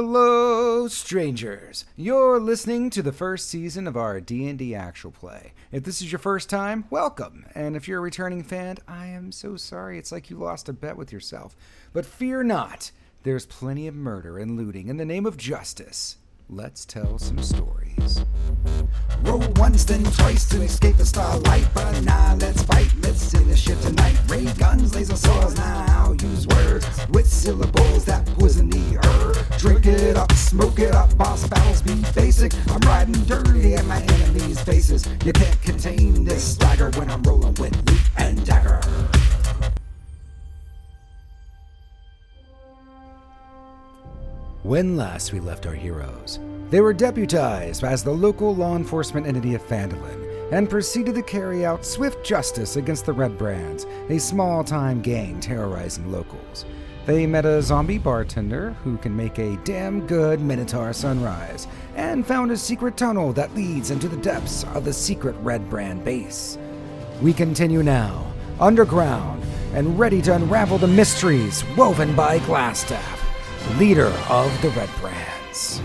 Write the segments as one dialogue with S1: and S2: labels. S1: Hello, strangers. You're listening to the first season of our D&D actual play. If this is your first time, welcome. And if you're a returning fan, I am so sorry. It's like you lost a bet with yourself. But fear not. There's plenty of murder and looting in the name of justice. Let's tell some stories.
S2: Roll once, then twice to escape the starlight. But nah, let's fight. Let's see this shit tonight. Ray guns, laser swords. Now I'll use words with syllables that poison the earth. Drink it up, smoke it up. Boss battles be basic. I'm riding dirty at my enemies' faces. You can't contain this swagger when I'm rolling with loot and dagger.
S1: When last we left our heroes, they were deputized as the local law enforcement entity of Phandalin and proceeded to carry out swift justice against the Red Brands, a small time gang terrorizing locals. They met a zombie bartender who can make a damn good Minotaur sunrise and found a secret tunnel that leads into the depths of the secret Red Brand base. We continue now, underground, and ready to unravel the mysteries woven by Glassstaff, leader of the Red Brands.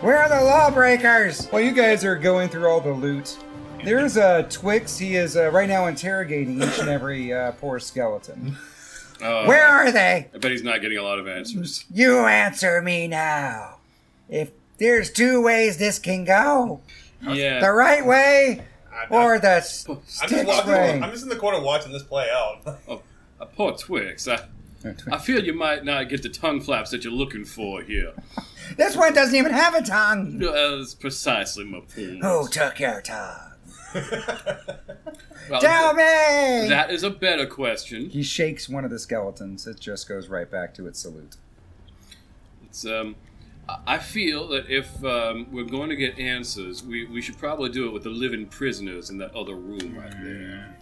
S1: Where are the lawbreakers? Well, you guys are going through all the loot. There's uh, Twix. He is uh, right now interrogating each and every uh, poor skeleton.
S3: Uh,
S2: Where are they?
S3: I bet he's not getting a lot of answers.
S2: You answer me now. If there's two ways this can go
S3: Yeah.
S2: the right way
S4: I'm-
S2: or
S4: I'm,
S2: the
S4: I'm just
S2: sticks
S4: walking.
S2: way.
S4: I'm just in the corner watching this play out.
S3: Oh, uh, poor Twix. I, I feel you might not get the tongue flaps that you're looking for here.
S2: This one doesn't even have a tongue.
S3: Uh, That's precisely my point.
S1: Oh,
S2: Who took your tongue?
S3: Well,
S2: Tell me!
S3: That is a better question.
S1: He shakes one of the skeletons. It just goes right back to its salute.
S3: It's, um, I- I feel that if um, we're going to get answers, we, we should probably do it with the living prisoners in that other room right there.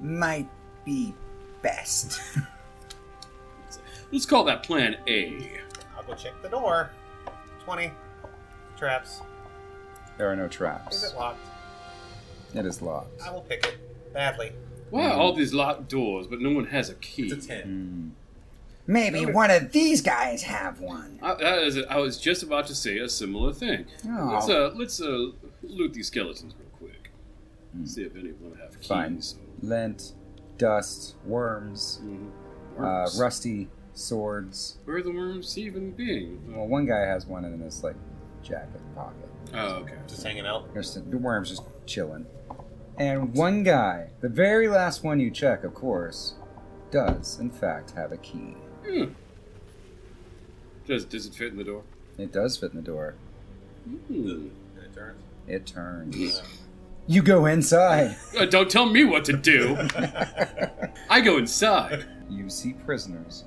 S2: Might be best.
S3: Let's call that Plan A.
S4: I'll go check the door. Twenty traps.
S1: There are no
S4: Is
S1: traps.
S4: it locked?
S1: It is locked.
S4: I will pick it badly.
S3: Why are all these locked doors, but no one has a key?
S4: Mm-hmm. It's a
S1: Hmm.
S4: ten.
S2: Maybe one of these guys have one.
S3: I, that is, I was just about to say a similar thing.
S1: Oh.
S3: Let's uh, let's uh, loot these skeletons real quick. See if any of them have keys.
S1: Hmm. Fine. Lint, dust, worms,
S3: Or
S1: uh,
S3: worms.
S1: rusty swords.
S3: Where are the worms even being?
S1: Well, one guy has one in his like jacket pocket.
S3: Oh, okay.
S4: Just hanging out.
S1: There's the worms just chilling. And one guy, the very last one you check, of course, does in fact have a key.
S3: Hmm. Does does it fit in the door?
S1: It does fit in the door.
S3: Hmm.
S4: And it turns.
S1: It turns. You go inside.
S3: Uh, don't tell me what to do. I go inside.
S1: You see prisoners.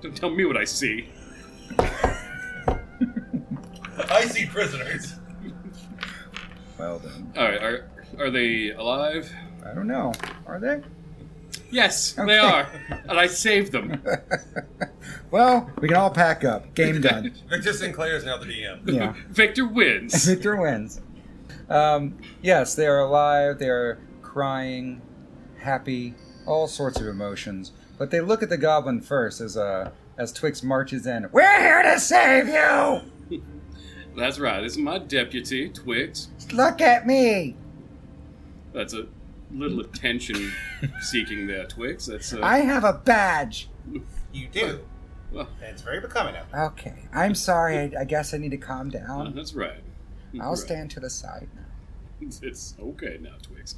S3: Don't tell me what I see.
S4: I see prisoners.
S1: Well then,
S3: All right. Are are they alive?
S1: I don't know. Are they?
S3: Yes,
S1: Okay.
S3: they are. And I saved them.
S1: Well, we can all pack up. Game done.
S4: Victor Sinclair's now the DM.
S1: Yeah.
S3: Victor wins.
S1: Victor wins. Um, yes, they are alive. They are crying, happy, all sorts of emotions. But they look at the goblin first as uh, as Twix marches in. We're here to save you.
S3: That's right. It's my deputy, Twix.
S1: Look at me.
S3: That's a little attention seeking there, Twix. That's uh,
S1: I have a badge.
S4: You do.
S3: well,
S4: And it's very becoming of you.
S1: Okay. I'm sorry. I, I guess I need to calm
S3: uh,
S1: down.
S3: that's right.
S1: I'll
S3: Right.
S1: stand to the side now.
S3: It's okay now, Twix.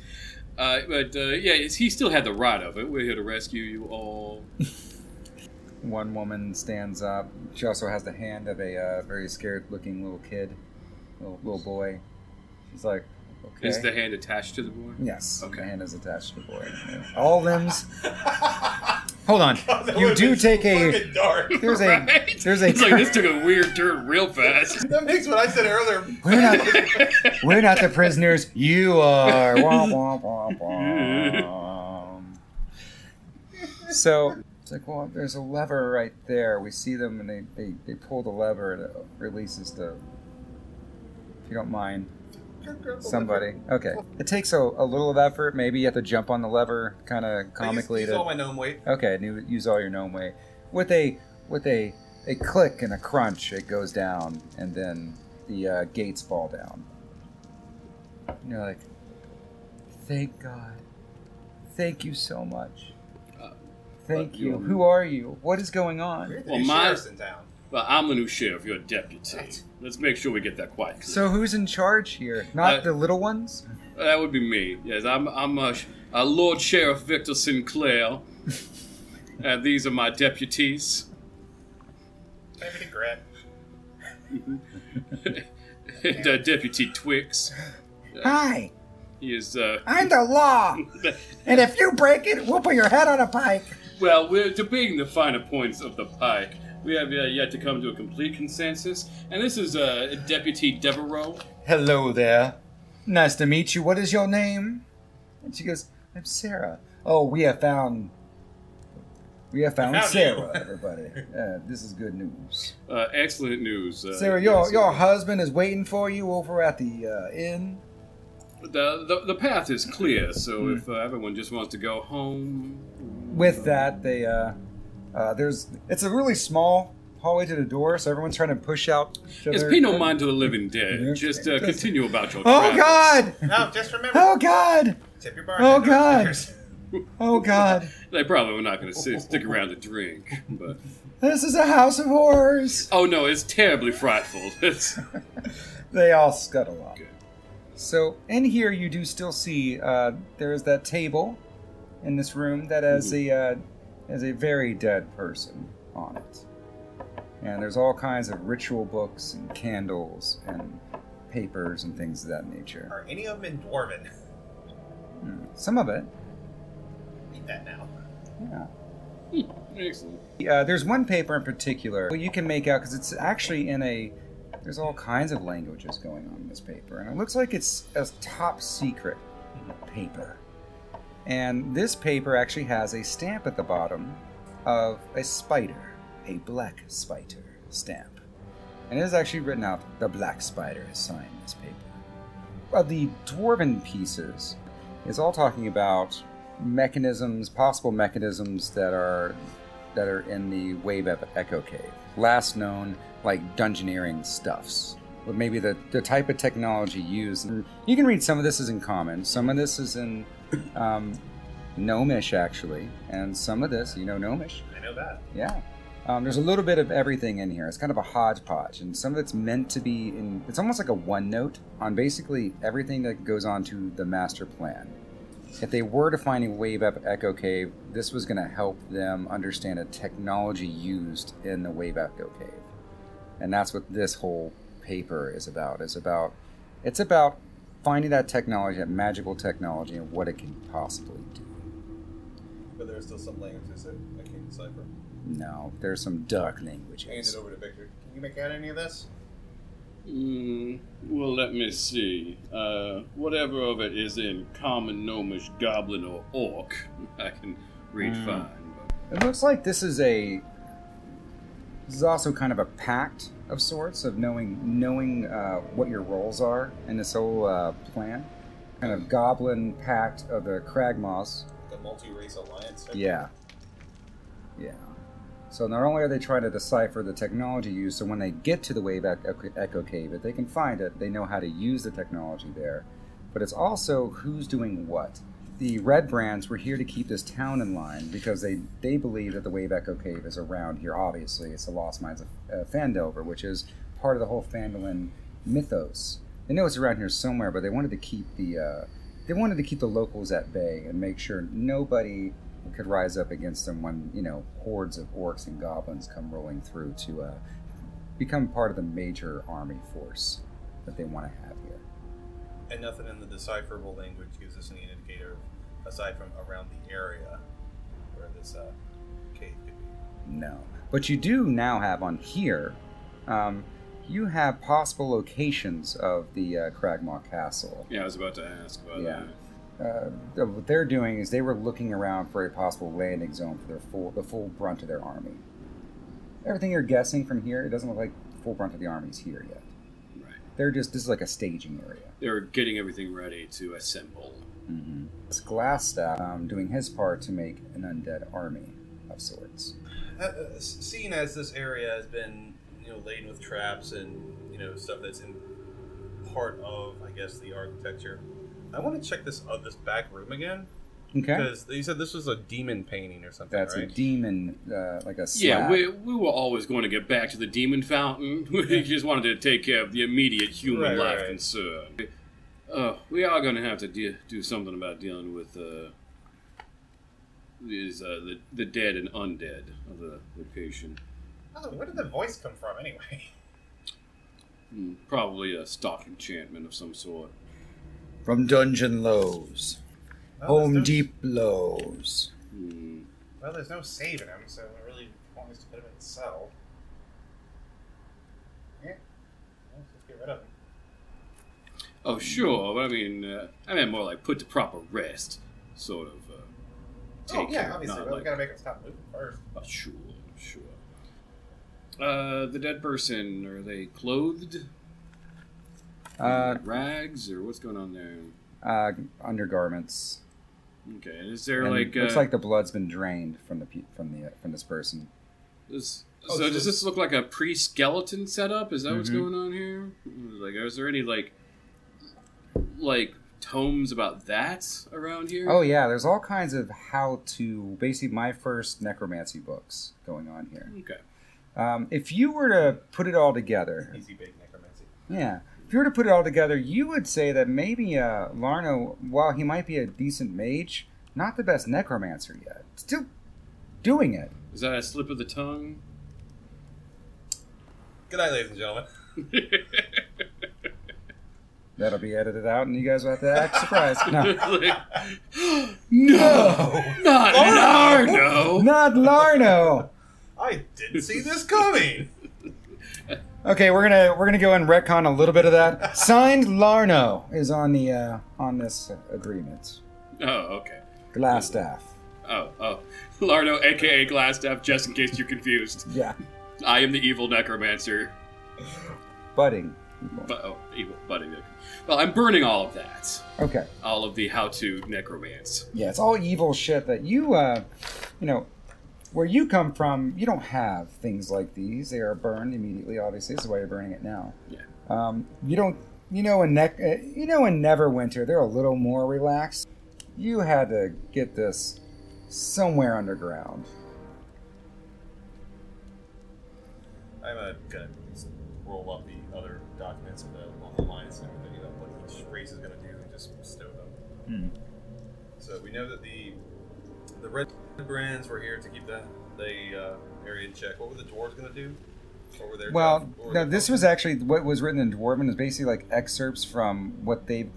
S3: Uh, but uh, yeah, it's, he still had the right of it. We're here to rescue you all.
S1: One woman stands up. She also has the hand of a uh, very scared-looking little kid, little, little boy. She's like, "Okay."
S3: Is the hand attached to the boy?
S1: Yes.
S3: Okay.
S1: The hand is attached to the boy. All limbs. Hold on. You do take a.
S4: Fucking dark.
S1: There's a.
S3: Right?
S1: There's a.
S3: It's like this took a weird turn real fast.
S4: That makes what I said earlier.
S1: We're not. We're not the prisoners. You are. Womp, womp, womp, womp. So it's like, well, there's a lever right there. We see them, and they they, they pull the lever, and it releases the. If you don't mind. Somebody. Okay. It takes a, a little of effort. Maybe you have to jump on the lever kind of
S4: I used-
S1: comically
S4: used
S1: to.
S4: all my gnome weight.
S1: Okay, and you use all your gnome weight. with a with a a click and a crunch, it goes down, and then the uh, gates fall down. And you're like, thank God, thank you so much,
S3: Uh,
S1: thank
S3: but
S1: you.
S3: you're-
S1: Who are you? What is going on?
S4: You're the
S3: Well,
S4: new
S3: my-
S4: sheriff's in town.
S3: Well, I'm the new sheriff. You're a deputy. Let's make sure we get that quite clear.
S1: So who's in charge here? Not
S3: Uh,
S1: the little ones.
S3: that would be me. Yes, I'm. I'm uh, sh- uh, Lord Sheriff Victor Sinclair, and these are my deputies.
S4: Maybe to Greg.
S3: and, uh, Deputy Twix.
S2: Hi,
S3: He is. Uh,
S2: I'm the law, and if you break it, we'll put your head on a pike.
S3: well, we're debating the finer points of the pike. We have uh, yet to come to a complete consensus. And this is uh, Deputy Devereaux.
S1: Hello there. Nice to meet you. What is your name? And she goes, I'm Sarah. Oh, we have found. We have found,
S4: Found you.
S1: Sarah, everybody. Uh, this is good news.
S3: Uh, excellent news. Uh,
S1: Sarah,
S3: yes,
S1: your, your husband is waiting for you over at the uh, inn.
S3: The, the, the path is clear, so
S1: Hmm.
S3: if uh, everyone just wants to go home.
S1: With that, they uh, uh, there's it's a really small hallway to the door, so everyone's trying to push out. each
S3: Yes,
S1: other.
S3: pay no mind to the living dead.
S1: Yeah.
S3: Just uh, continue about your
S1: Oh
S3: travels.
S1: God!
S4: No, just remember.
S1: Oh God!
S4: Tip your bar.
S1: Oh, God. Oh God!
S3: They probably were not going to sit, stick around to drink. But
S1: This is a house of horrors.
S3: oh no, it's terribly frightful. It's,
S1: They all scuttle up. So in here, you do still see uh, there is that table in this room that has a uh, has a very dead person on it, and there's all kinds of ritual books and candles and papers and things of that nature.
S4: Are any of them in Dwarven?
S1: Hmm. Some of it,
S4: Eat that now.
S1: yeah.
S3: excellent.
S1: Uh, there's one paper in particular well, you can make out because it's actually in a. There's all kinds of languages going on in this paper, and it looks like it's a top secret paper. And this paper actually has a stamp at the bottom of a spider, a black spider stamp. And it is actually written out the black spider has signed this paper. Well, the dwarven pieces is all talking about mechanisms, possible mechanisms that are that are in the Wave Ep- Echo Cave. Last known, like dungeoneering stuffs, but maybe the, the type of technology used. You can read some of this is in common, some of this is in um, Gnomish, actually, and some of this, you know, Gnomish.
S4: I know that.
S1: Yeah. Um, there's a little bit of everything in here. It's kind of a hodgepodge, and some of it's meant to be in. It's almost like a one note on basically everything that goes on to the master plan. If they were to find a Wave Up Echo Cave, this was going to help them understand the technology used in the Wave Echo Cave, and that's what this whole paper is about. It's about it's about finding that technology, that magical technology, and what it can possibly do.
S5: But there are still some languages that I can't decipher.
S1: Now, there's some dark
S5: Hand
S1: languages.
S5: it over to Victor.
S4: Can you make out any of this?
S3: Mm, well, let me see. Uh, whatever of it is in common, gnomish, goblin, or orc, I can read
S5: Hmm.
S3: fine.
S1: It looks like this is a. This is also kind of a pact of sorts of knowing knowing uh, what your roles are in this whole uh, plan, kind of goblin pact of the Kragmaws.
S5: The multi-race alliance. type
S1: Yeah, yeah. So not only are they trying to decipher the technology used, so when they get to the Wayback Echo- Echo Cave, if they can find it, they know how to use the technology there. But it's also who's doing what. The Red Brands were here to keep this town in line because they, they believe that the Wave Echo Cave is around here. Obviously, it's the Lost Mines of uh, Fandover, which is part of the whole Fandolin mythos. They know it's around here somewhere, but they wanted to keep the uh, they wanted to keep the locals at bay and make sure nobody could rise up against them when you know hordes of orcs and goblins come rolling through to uh, become part of the major army force that they want to have here.
S5: And nothing in the decipherable language gives us any indicator, aside from around the area where this uh, cave could be.
S1: No. But you do now have on here, um, you have possible locations of the uh, Cragmaw Castle.
S3: But yeah, I was about to ask about
S1: Yeah.
S3: that.
S1: Uh, th- what they're doing is they were looking around for a possible landing zone for their full, the full brunt of their army. Everything you're guessing from here, it doesn't look like the full brunt of the army's here yet.
S3: Right.
S1: They're just, this is like a staging area.
S3: They're getting everything ready to assemble.
S1: Mm-hmm. It's Glassstaff um, doing his part to make an undead army of sorts.
S5: uh, uh, s- seeing as this area has been you know laden with traps and you know stuff that's in part of I guess the architecture, I want to check this uh, this back room again
S1: Okay.
S5: because you said this was a demon painting or something,
S1: That's a
S5: right?
S1: demon, uh, like a
S3: Yeah,
S1: slab.
S3: we, we were always going to get back to the demon fountain. We just wanted to take care of the immediate human
S5: Right, right,
S3: life
S5: right.
S3: concern. Uh, we are going to have to de- do something about dealing with uh, these, uh, the, the dead and undead of the location.
S4: Oh, where did the voice come from anyway?
S3: Hmm, Probably a stock enchantment of some sort.
S1: From Dungeon Lows.
S5: Oh,
S4: Well, there's
S1: Home
S4: no-
S1: Deep Lows.
S3: Hmm.
S4: Well, there's no saving him, so I really want us to put him in the cell. Yeah. Let's just get rid of him.
S3: Oh, sure, but I mean, uh, I meant more like put to proper rest, sort of. Uh,
S4: oh, yeah,
S3: care,
S4: obviously.
S3: not
S4: Well, we
S3: like-
S4: gotta make him stop moving first.
S3: Uh, sure, sure. Uh, the dead person, are they clothed?
S1: Uh,
S3: Rags, or what's going on there?
S1: uh, undergarments.
S3: Okay, and is there
S1: And
S3: like.
S1: looks
S3: uh,
S1: like the blood's been drained from the pe- from the from this person.
S3: Is,
S5: Oh,
S3: so
S5: so-
S3: does this look like a pre-skeleton setup? Is that what's
S1: Mhm.
S3: going on here? Like, is there any like, like tomes about that around here?
S1: Oh yeah, there's all kinds of how to basically my first necromancy books going on here.
S3: Okay.
S1: Um, if you were to put it all together,
S5: Easy bake necromancy.
S1: Yeah. If you were to put it all together, you would say that maybe uh, Larno, while he might be a decent mage, not the best necromancer yet. Still doing it.
S3: Is that a slip of the tongue?
S5: Good night, ladies and gentlemen.
S1: That'll be edited out, and you guys will have to act surprised. No.
S3: Like, no,
S4: Oh,
S3: not Larno.
S1: Not Larno.
S5: I didn't see this coming.
S1: Okay, we're gonna we're gonna go and retcon a little bit of that. Signed Larno is on the uh, on this agreement.
S3: Oh, okay.
S1: Glassstaff.
S3: Oh, oh, Larno, aka Glassstaff. Just in case you're confused,
S1: Yeah,
S3: I am the evil necromancer.
S1: budding.
S3: But oh, evil buddy. nec- Well, I'm burning all of that.
S1: Okay.
S3: All of the how-to necromance.
S1: Yeah, it's all evil shit that you, uh, you know, where you come from, you don't have things like these. They are burned immediately, obviously. This is why you're burning it now.
S3: Yeah.
S1: Um, you don't, you know, in nec- uh, you know, in Neverwinter, they're a little more relaxed. You had to get this somewhere underground.
S5: I'm uh, gonna just roll up the other documents of the on the lines and everything, you know, what each race is gonna do and just stow
S3: Hmm.
S5: them. So we know that the the red brands were here to keep the the uh, area in check. What were the dwarves gonna do? What were their
S1: Well,
S5: job- what were
S1: no,
S5: their
S1: this
S5: functions?
S1: was actually what was written in Dwarven is basically like excerpts from what they.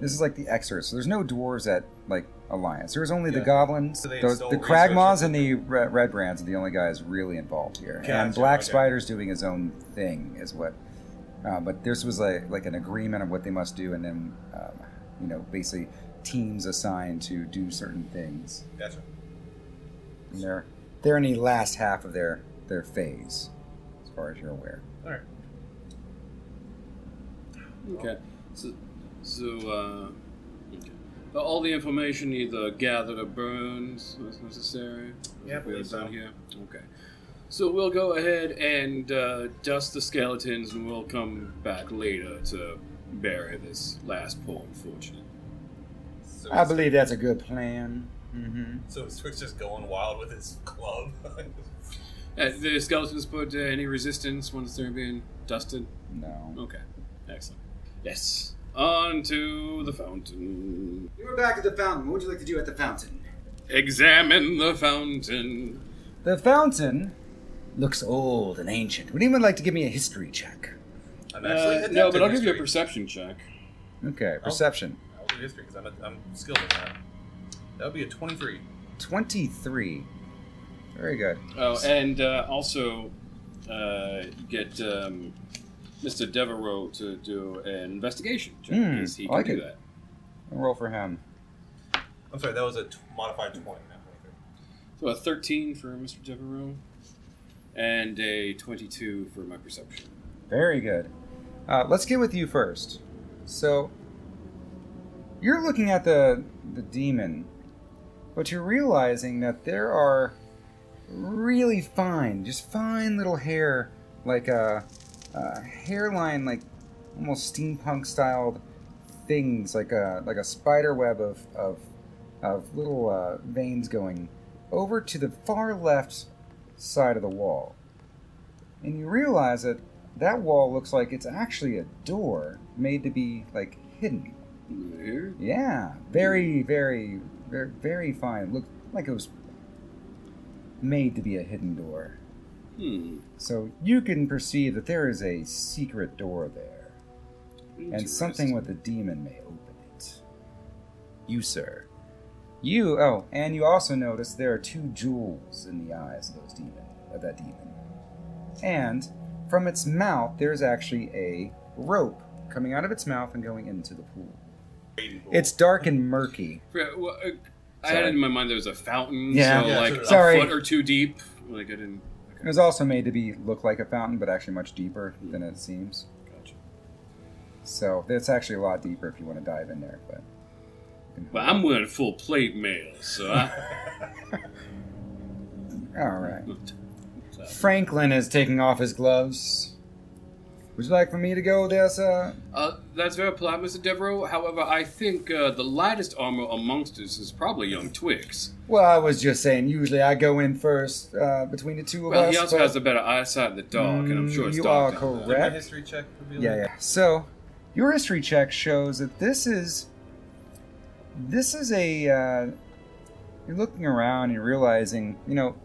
S1: This is like the excerpts. So there's no dwarves at like Alliance. There was only the
S5: Yeah.
S1: goblins,
S5: So they
S1: those,
S5: stole
S1: the
S5: research
S1: Kragmaws,
S5: from
S1: and the Re- Red Brands are the only guys really involved here. and
S5: Gotcha,
S1: Black
S5: okay.
S1: Spider's doing his own thing, is what. Uh, but this was like like an agreement of what they must do, and then um, you know basically teams assigned to do certain things.
S5: Gotcha.
S1: And they're they're in the last half of their their phase, as far as you're aware.
S5: All right.
S3: Okay. So, so uh, okay. But all the information either gathered or burned as necessary. we
S4: Yeah, I
S3: are
S4: believe so.
S3: done here. Okay. So we'll go ahead and uh, dust the skeletons, and we'll come back later to bury this last poor unfortunate.
S5: So
S1: I
S5: is-
S1: believe that's a good plan. Mm-hmm.
S5: So is Twix just going wild with his club?
S3: Uh, the skeletons put uh, any resistance once they're being dusted.
S1: No.
S3: Okay. Excellent. Yes. On to the fountain.
S2: We were back at the fountain. What would you like to do at the fountain?
S3: Examine the fountain.
S1: The fountain looks old and ancient. Would anyone like to give me a history check?
S5: I'm
S3: Uh,
S5: adept
S3: no, but
S5: in
S3: I'll give you a
S5: history.
S3: perception check.
S1: Okay,
S2: Oh.
S1: perception.
S5: I'll do history because I'm, a- I'm skilled at that. That would be a 23.
S1: 23. Very good.
S3: Oh, and uh, also uh, get um, Mr. Devereaux to do an investigation check
S1: Hmm,
S3: because he
S1: I
S3: can
S1: like
S3: do
S1: it. I'll roll for him.
S5: I'm sorry, that was a t- modified 20, not 23.
S3: that. So a 13 for Mr. Devereaux, and a 22 for my perception.
S1: Very good. Uh, let's get with you first. So, you're looking at the the demon, but you're realizing that there are really fine, just fine little hair, like a, a hairline, like almost steampunk styled things, like a like a spider web of of, of little uh, veins going over to the far left side of the wall, and you realize that that wall looks like it's actually a door made to be like hidden.
S3: Here?
S1: Yeah, very, very, very, very fine. It looked like it was made to be a hidden door.
S3: Hmm.
S1: So you can perceive that there is a secret door there, and something with a demon may open it. You, sir. You. Oh, and you also notice there are two jewels in the eyes of those demon of that demon, and from its mouth there is actually a rope coming out of its mouth and going into the pool. It's dark and murky.
S3: Yeah, well, uh, I had
S1: Sorry.
S3: in my mind there was a fountain,
S1: Yeah.
S3: so
S5: Yeah,
S3: like
S5: sure.
S3: a
S1: Sorry.
S3: foot or two deep. Like I didn't.
S1: It was also made to be look like a fountain, but actually much deeper than it seems.
S3: Gotcha.
S1: So it's actually a lot deeper if you want to dive in there. But
S3: But I'm wearing full plate mail, so I,
S1: all right, Franklin is taking off his gloves. Would you like for me to go there, sir?
S3: uh, that's very polite, Mr. Devereaux. However, I think uh, the lightest armor amongst us is probably young Twix.
S1: Well, I was just saying. Usually, I go in first uh, between the two of
S3: Well,
S1: us.
S3: he also
S1: but-
S3: has the better eyesight in the dark, and I'm sure it's
S1: Mm, you
S3: dark.
S1: are
S3: down there.
S5: Did my
S1: correct.
S5: history check reveal
S1: Yeah,
S5: that?
S1: yeah. So, your history check shows that this is this is a uh, you're looking around and realizing, you know,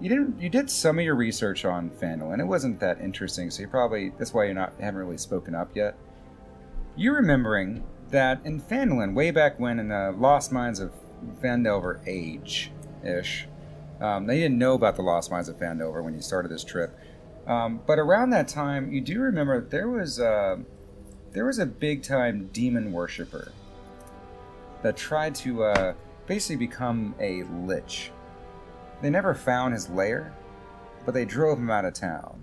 S1: you didn't you did some of your research on Fandolin. It wasn't that interesting, so you probably that's why you're not haven't really spoken up yet. You're remembering that in Fandolin, way back when in the Lost Mines of Vandover age ish, um, they didn't know about the Lost Mines of Vandover when you started this trip. Um, but around that time, you do remember that there was a, there was a big time demon worshiper that tried to uh, basically become a lich. They never found his lair, but they drove him out of town.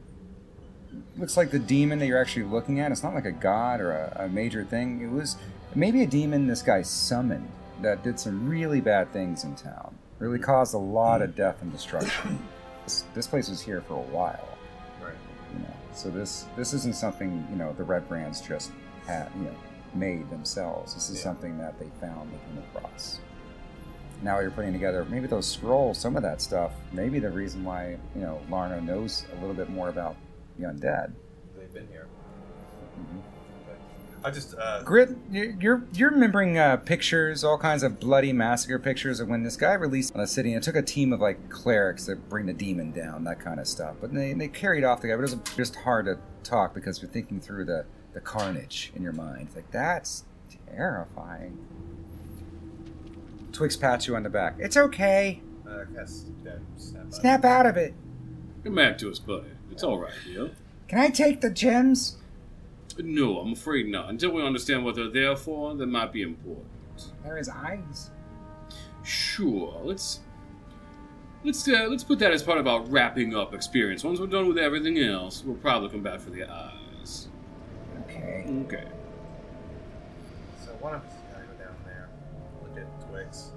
S1: Looks like the demon that you're actually looking at. It's not like a god or a, a major thing. It was maybe a demon this guy summoned that did some really bad things in town. Really caused a lot of death and destruction. this, this place was here for a while
S5: Right.
S1: you know so this this isn't something you know the red brands just had you know made themselves this is
S5: Yeah.
S1: something that they found they came across now you're putting together maybe those scrolls some of that stuff maybe the reason why you know larno knows a little bit more about the undead
S5: They've been here.
S1: Mhm.
S5: Okay. I just uh,
S1: Grit, you- you're you're remembering uh, pictures, all kinds of bloody massacre pictures of when this guy released on the city and it took a team of like clerics to bring the demon down, that kind of stuff. But they, they carried off the guy, but it was just hard to talk because you're thinking through the, the carnage in your mind. It's like, that's terrifying. Twix pats you on the back. It's okay.
S5: uh, cast that snap.
S1: Snap out of it.
S3: Come back to us, buddy. It's all right, yeah.
S1: Can I take the gems?
S3: No, I'm afraid not. Until we understand what they're there for, that might be important.
S1: There is eyes.
S3: Sure, let's let's uh, let's put that as part of our wrapping up experience. Once we're done with everything else, we'll probably come back for the eyes.
S1: Okay.
S3: Okay.
S5: So one of us is gonna go down there, look at Twix.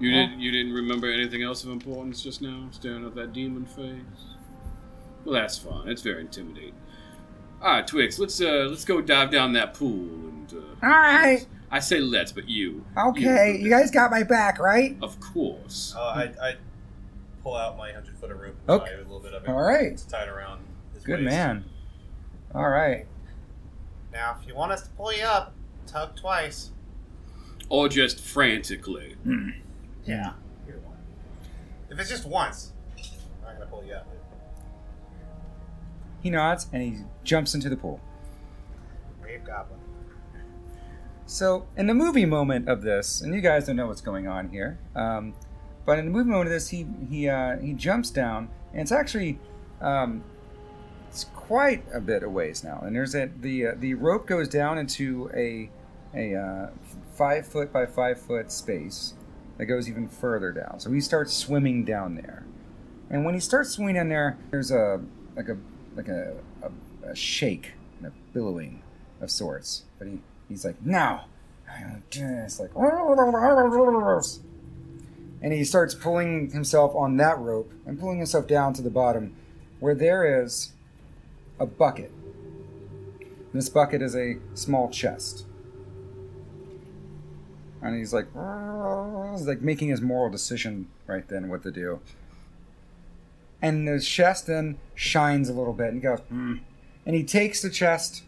S3: You didn't you didn't remember anything else of importance just now, staring at that demon face? Well that's fine. It's very intimidating. Alright, Twix, let's uh let's go dive down that pool and uh
S1: All right.
S3: I say let's, but you
S1: Okay. You guys got my back, right?
S3: Of course.
S5: Uh, I, I pull out my hundred foot of rope, and
S1: Okay.
S5: tie a little bit of it.
S1: All right.
S5: It's tied around. His
S1: Good
S5: waist.
S1: man. All right.
S4: Now, if you want us to pull you up, tug twice.
S3: Or just frantically.
S4: Yeah.
S5: Either one. If it's just once, I'm not gonna pull you up.
S1: He nods and he jumps into the pool.
S4: Brave goblin.
S1: So, in the movie moment of this, and you guys don't know what's going on here, um, but in the movie moment of this, he he uh, he jumps down, and it's actually um, it's quite a bit a ways now. And there's a, the uh, the rope goes down into a a uh, five foot by five foot space that goes even further down. So he starts swimming down there, and when he starts swimming down there, there's a like a like a, a, a shake and a billowing of sorts. But he, he's like, now, I don't do this. Like, and and he starts pulling himself on that rope and pulling himself down to the bottom where there is a bucket. This bucket is a small chest. And he's like, he's like making his moral decision right then what to do. And the chest then shines a little bit and goes, hmm. And he takes the chest,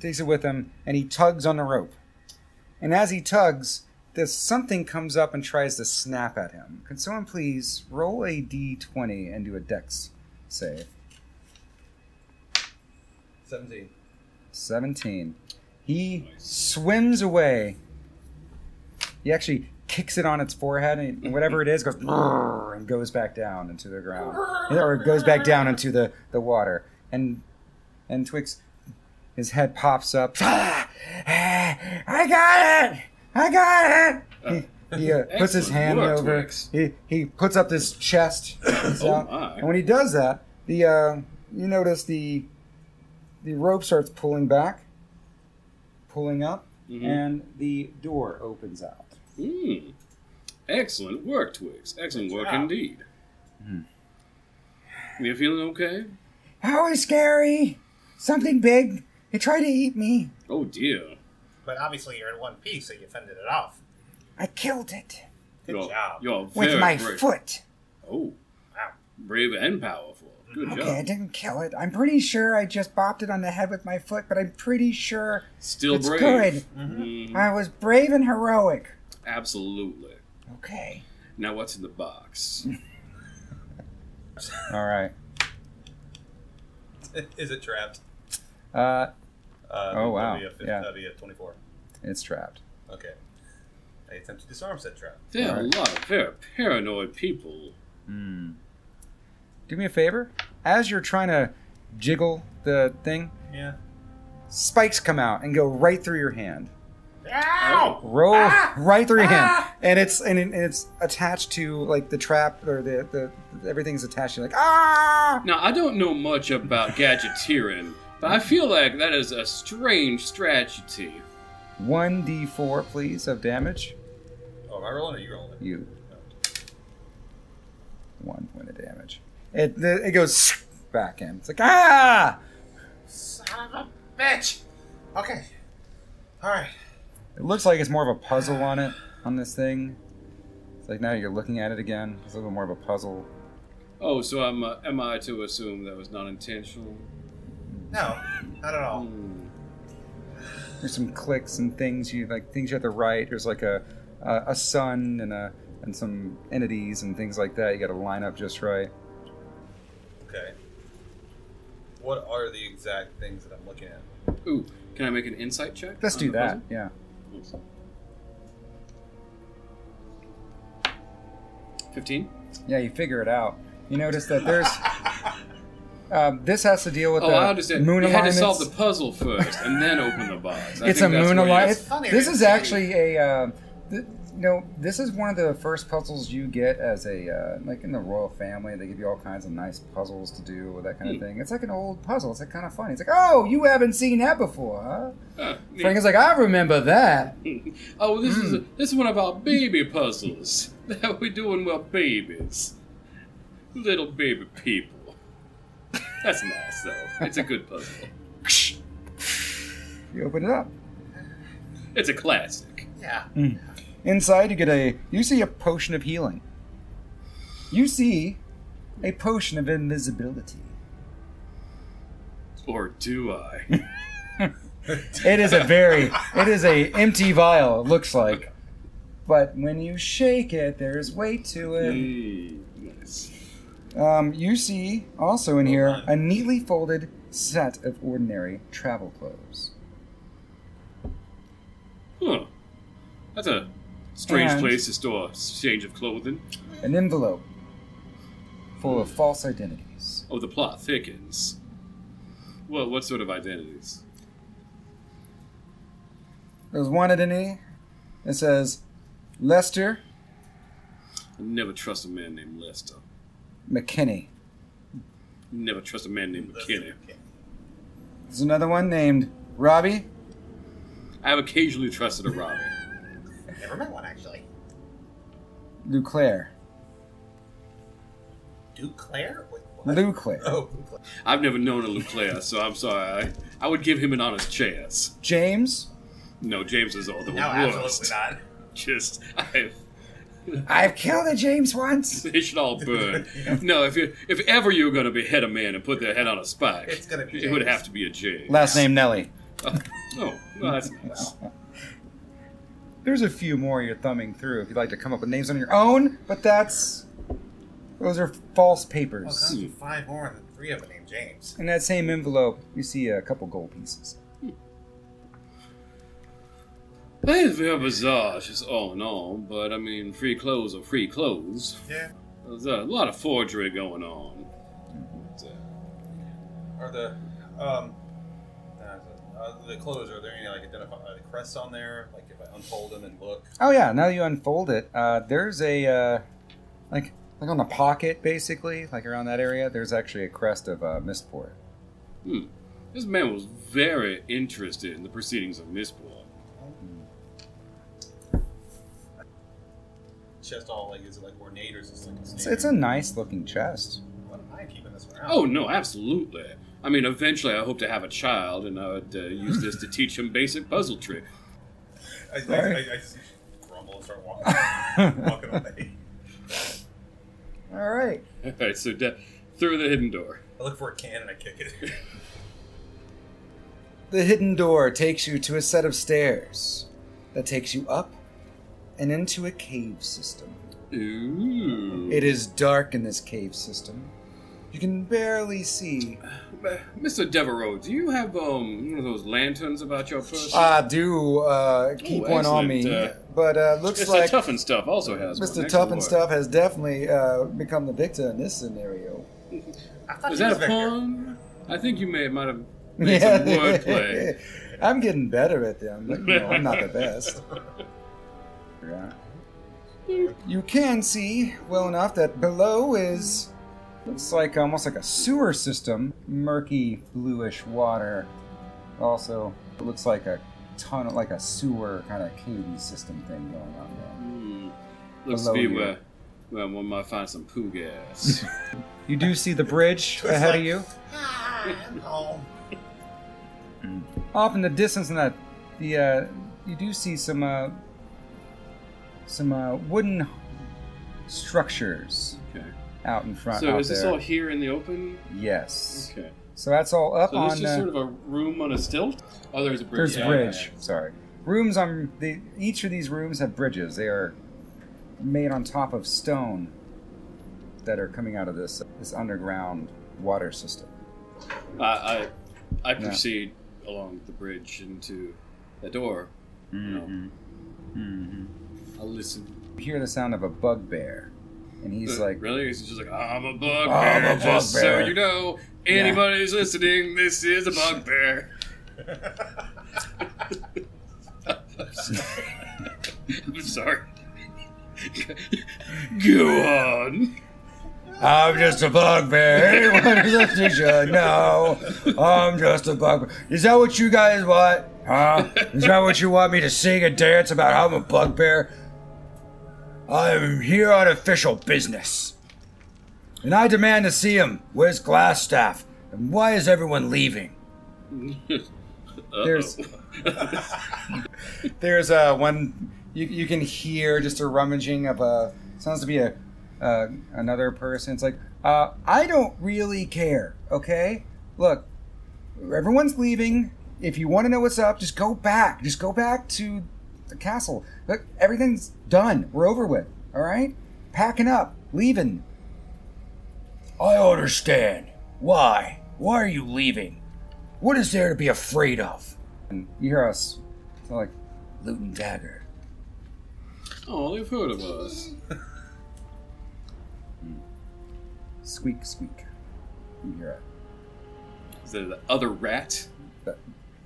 S1: takes it with him, and he tugs on the rope. And as he tugs, this something comes up and tries to snap at him. Can someone please roll a d20 and do a dex save?
S5: 17.
S1: 17. He swims away. He actually kicks it on its forehead, and whatever it is goes "Brrr," and goes back down into the ground, or it goes back down into the, the water. And and Twix, his head pops up. "Ah! Ah! I got it! I got it! He, he uh, puts his
S3: Excellent
S1: hand
S3: work,
S1: over.
S3: Twix.
S1: He he puts up this chest. hands
S3: Oh
S1: out.
S3: my.
S1: And when he does that, the uh, you notice the the rope starts pulling back, pulling up,
S3: Mhm.
S1: and the door opens out.
S3: Mm. Excellent work, Twix. Excellent
S5: Good
S3: work
S5: job.
S3: indeed. You're feeling okay?
S1: How is Oh, scary! Something big. It tried to eat me.
S3: Oh dear.
S4: But obviously you're in one piece, so you fended it off.
S1: I killed it
S4: Good
S3: you're,
S4: job.
S3: You're
S1: with
S3: very
S1: my
S3: brave.
S1: foot.
S3: Oh,
S4: Wow.
S3: brave and powerful. Good
S1: Okay, I
S3: job.
S1: didn't kill it. I'm pretty sure I just bopped it on the head with my foot, but I'm pretty sure
S3: Still
S1: it's
S3: brave.
S1: good.
S3: Mhm.
S1: I was brave and heroic.
S3: Absolutely.
S1: Okay.
S3: Now what's in the box?
S1: Mm-hmm. All right.
S5: Is it trapped?
S1: Uh,
S5: Uh,
S1: Oh, wow.
S5: That'd be a, fif-
S1: Yeah.
S5: that'd be a 24.
S1: it's trapped.
S5: Okay. I attempt to disarm said trap.
S3: There are
S1: Alright.
S3: a lot of very paranoid people.
S1: Hmm. Do me a favor. As you're trying to jiggle the thing,
S5: Yeah.
S1: spikes come out and go right through your hand.
S5: Oh,
S4: Ow!
S1: Roll right through your hand, and it's and, it, and it's attached to like the trap or the the everything's attached. You're like ah.
S3: Now, I don't know much about gadgeteering, but I feel like that is a strange strategy.
S1: One d4, please, of damage.
S5: Oh, am I rolling or you rolling? Oh. it?
S1: You. One point of damage. It the, it goes back in. It's like ah.
S4: Son of a bitch! Okay. Alright.
S1: It looks like it's more of a puzzle on it on this thing. It's like now you're looking at it again. It's a little more of a puzzle.
S3: Oh, so I'm, uh, am I to assume that was not intentional?
S4: No, not at
S1: Oh.
S4: all.
S3: Hmm.
S1: There's some clicks and things you like things you have to write. There's like a a, a sun and a and some entities and things like that. You got to line up just right.
S5: Okay. What are the exact things that I'm looking at?
S3: Ooh, can I make an insight check?
S1: Let's
S3: on
S1: do
S3: the
S1: that.
S3: puzzle?
S1: Yeah.
S3: Fifteen.
S1: Yeah, you figure it out. You notice that there's um, this has to deal with
S3: Oh,
S1: the
S3: I understand.
S1: moon
S3: you had to
S1: alignments.
S3: solve the puzzle first and then open the box. I
S1: it's a
S3: think that's
S1: moon
S3: where it
S1: alignment.
S3: is.
S4: funny
S1: This
S4: to
S1: is
S4: see.
S1: actually a. Uh, th- you know, this is one of the first puzzles you get as a uh, like in the royal family. They give you all kinds of nice puzzles to do, that kind of
S3: Hmm.
S1: thing. It's like an old puzzle. It's like kind of funny. It's like, oh, you haven't seen that before, huh?
S3: Huh, neat.
S1: Frank Hmm. is like, I remember that.
S3: Ah, Oh, this is a, this is one of our baby puzzles that we do when we're babies, little baby people. That's nice though. It's a good puzzle.
S1: You open it up.
S3: It's a classic.
S4: Yeah.
S1: Inside, you get a. You see a potion of healing. You see a potion of invisibility.
S3: Or do I?
S1: It is a very. It is a empty vial. It looks like, but when you shake it, there is weight to it.
S3: Mm, nice.
S1: Um, you see also in here a neatly folded set of ordinary travel clothes.
S3: Huh. That's a strange
S1: And-
S3: place to store a change of clothing.
S1: An envelope full of false identities.
S3: Oh, the plot thickens. Well, what sort of identities?
S1: There's one identity. It says Lester
S3: I never trust a man named Lester.
S1: McKinney.
S3: Never trust a man named McKinney.
S1: There's another one named Robbie.
S3: I've occasionally trusted a robber.
S4: Never met one, actually.
S1: Luclaire.
S4: Duclair? Wait, what?
S1: Luclaire.
S4: Oh,
S3: I've never known a Luclaire, so I'm sorry. I, I would give him an honest chance.
S1: James.
S3: No, James is all the
S4: no, absolutely
S3: worst.
S4: not.
S3: Just, I,
S1: I've killed a James once.
S3: they should all burn. No, if you, if ever you were going to behead a man and put their head on a spike,
S4: It's gonna be
S3: it would
S4: James.
S3: have to be a James.
S1: Last name Nelly.
S3: Oh, no, that's nice.
S1: There's a few more you're thumbing through if you'd like to come up with names on your own, but that's those are false
S4: Well,
S1: papers.
S4: comes with five more than three of them named James.
S1: In that same envelope, you see a couple gold pieces.
S3: That is very bizarre, just all in all, but I mean, free clothes are free clothes.
S4: Yeah.
S3: There's a lot of forgery going on. uh,
S5: Are the um, uh, the clothes? Are there any like identify are the crests on there? Like if I unfold them and look,
S1: Oh yeah, now that you unfold it, uh, there's a uh, like like on the pocket basically, like around that area. There's actually a crest of uh, Mistport.
S3: This man was very interested in the proceedings of Mistborn.
S5: chest all like is it like ornate or is this like a
S1: It's, it's a nice looking chest.
S5: What am I keeping this around?
S3: Oh, no, absolutely. I mean, eventually I hope to have a child, and I would uh, use this to teach him basic puzzle trick.
S5: I, I, I,
S1: Sorry.
S5: I just grumble and start walking, walking away.
S1: All right.
S3: All right, so de- through the hidden door.
S5: I look for a can and I kick it.
S1: The hidden door takes you to a set of stairs that takes you up and into a cave system.
S3: Ooh.
S1: It is dark in this cave system. You can barely see.
S3: Mr. Devereaux, do you have um one of those lanterns about your person?
S1: I Ah, do uh, keep
S3: Ooh,
S1: one on me,
S3: excellent, uh,
S1: but uh, looks
S3: Mr.
S1: like
S3: Tough and Stuff also has one.
S1: Mr.
S3: Excellent
S1: Tough and
S3: work.
S1: Stuff has definitely uh, become the victor in this scenario.
S4: I thought
S3: Is
S4: he
S3: that
S4: was
S3: a
S4: back there.
S3: pun? I think you may might have made some wordplay.
S1: I'm getting better at them. But, you know, I'm not the best. Yeah. You can see well enough that below is looks like almost like a sewer system, murky bluish water. Also, it looks like a tunnel, like a sewer kind of cavey system thing going on there.
S3: Hmm. Looks to
S1: Below
S3: be
S1: you.
S3: where, where one might find some poo gas.
S1: You do see the bridge
S4: It's
S1: ahead
S4: like-
S1: of you.
S4: Ah, I'm home.
S1: off in the distance in that the uh, you do see some uh, some uh, wooden structures
S3: okay.
S1: out in front
S3: So
S1: out
S3: is this
S1: there.
S3: all here in the open?
S1: yes
S3: Okay.
S1: so that's all up
S3: So
S1: on
S3: this is just
S1: uh,
S3: sort of a room on a stilt? Oh, there's a bridge.
S1: there's a
S3: Yeah,
S1: bridge sorry rooms on the each of these rooms have bridges they are made on top of stone that are coming out of this this underground water system
S3: okay. I, I, I
S1: Yeah.
S3: proceed along the bridge into the door. Mhm. I listen.
S1: you hear the sound of a bugbear and he's
S3: Uh,
S1: like
S3: really? He's just like, I'm a bugbear.
S1: I'm a
S3: just so
S1: bugbear."
S3: you know, anybody who's listening, this is a bugbear. I'm sorry. Go on.
S1: I'm just a bugbear. Anyone who listens should know. I'm just a bugbear. Is that what you guys want? Huh? Is that what you want me to sing and dance about? how I'm a bugbear. I'm here on official business. And I demand to see him. Where's Glassstaff? And why is everyone leaving? There's there's uh, one you, you can hear just a rummaging of a sounds to be a uh, another person. It's like uh, I don't really care. Okay, look, everyone's leaving. If you want to know what's up, just go back. Just go back to the castle. Look, everything's done. We're over with. All right, packing up, leaving. I understand. Why? Why are you leaving? What is there to be afraid of? And you hear us, so like, loot and dagger.
S3: Oh, they've heard of us.
S1: Squeak, squeak. You hear it.
S3: Is that the other rat?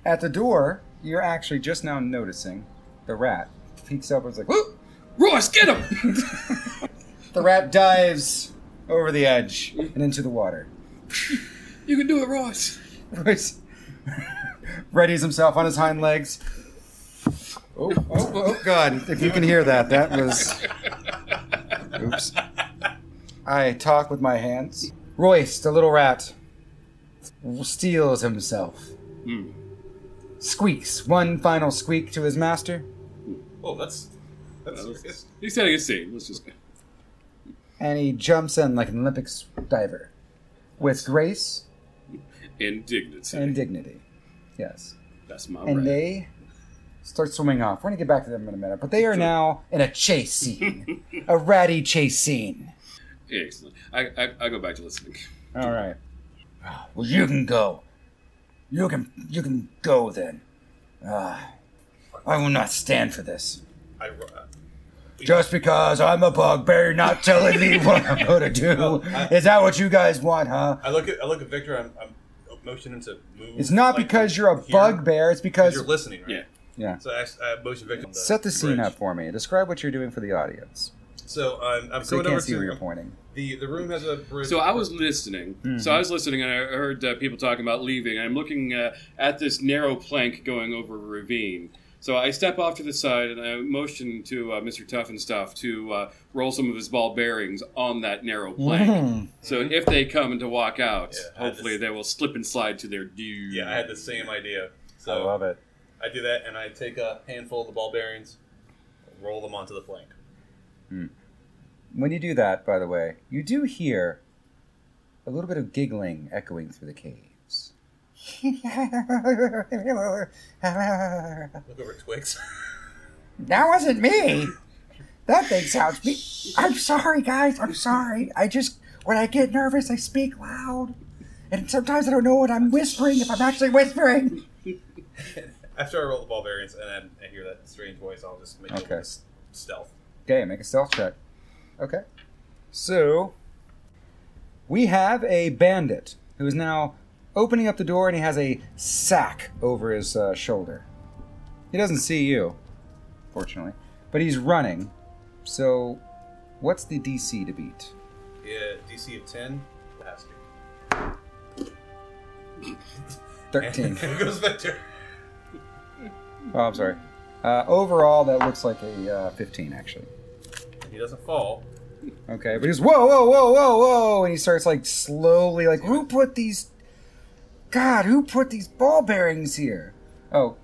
S1: At the door, you're actually just now noticing the rat peeks up and is like, Whoop!
S3: Royce, get him!
S1: The rat dives over the edge and into the water.
S3: you can do it, Royce.
S1: Royce readies himself on his hind legs. Oh, oh, oh, God. If you can hear that, that was. Oops. I talk with my hands. Royce, the little rat, steals himself.
S3: Hmm.
S1: Squeaks one final squeak to his master,
S5: Oh, that's that's serious.
S3: He's had a good save. Let's just.
S1: and he jumps in like an Olympic diver with grace
S3: Indignity.
S1: and dignity. Yes.
S3: That's my
S1: and
S3: right.
S1: they start swimming off. We're gonna get back to them in a minute, but they are now in a chase scene, a ratty chase scene.
S3: Excellent. I, I, I go back to listening.
S1: All right. Well, you can go. You can you can go then. Ah, I will not stand for this.
S5: I, ru- uh,
S1: Just because I'm a bugbear, not telling me what I'm gonna do. Is that what you guys want, huh?
S5: I look at I look at Victor. I'm, I'm motioning him to move.
S1: It's not
S5: like,
S1: because you're a
S5: here.
S1: bugbear. It's because
S5: You're listening, right?
S3: Yeah.
S1: yeah.
S5: So I, s- I motion Victor. on
S1: Set the scene
S5: bridge.
S1: up for me. Describe what you're doing for the audience,
S5: So I'm, I'm
S1: so they
S5: going over
S1: can't see where
S5: to
S1: you're pointing.
S5: the the room has a bridge.
S3: So I was listening. So
S1: Mm-hmm.
S3: I was listening, and I heard uh, people talking about leaving. I'm looking uh, at this narrow plank going over a ravine. So I step off to the side and I motion to uh, Mr. Tuffenstuff to uh, roll some of his ball bearings on that narrow plank.
S1: Mm-hmm.
S3: So if they come to walk out,
S5: Mm-hmm. Yeah, I had
S3: hopefully
S5: this-
S3: they will slip and slide to their due.
S5: Yeah, I had the same idea. So
S1: it.
S5: I do that, and I take a handful of the ball bearings, roll them onto the plank.
S1: When you do that, by the way, you do hear a little bit of giggling echoing through the caves. that
S5: Look over at Twix.
S1: wasn't me. That thing sounds me. I'm sorry, guys. I'm sorry. I just when I get nervous, I speak loud, and sometimes I don't know what I'm whispering if I'm actually whispering.
S5: After I roll the ball bearings and I, I hear that strange voice, I'll just make a
S1: Okay.
S5: little s- stealth.
S1: Okay, make a stealth check. Okay. So, we have a bandit who is now opening up the door and he has a sack over his uh, shoulder. He doesn't see you, fortunately, but he's running. So, what's the DC to beat?
S5: Yeah, DC of ten. Fantastic.
S1: 13.
S5: Here goes Victor.
S1: oh, I'm sorry. Uh, overall, that looks like a uh, 15, actually.
S5: He doesn't fall.
S1: Okay, but he's whoa, whoa, whoa, whoa, whoa, and he starts like slowly, like who put these? God, who put these ball bearings here? Oh,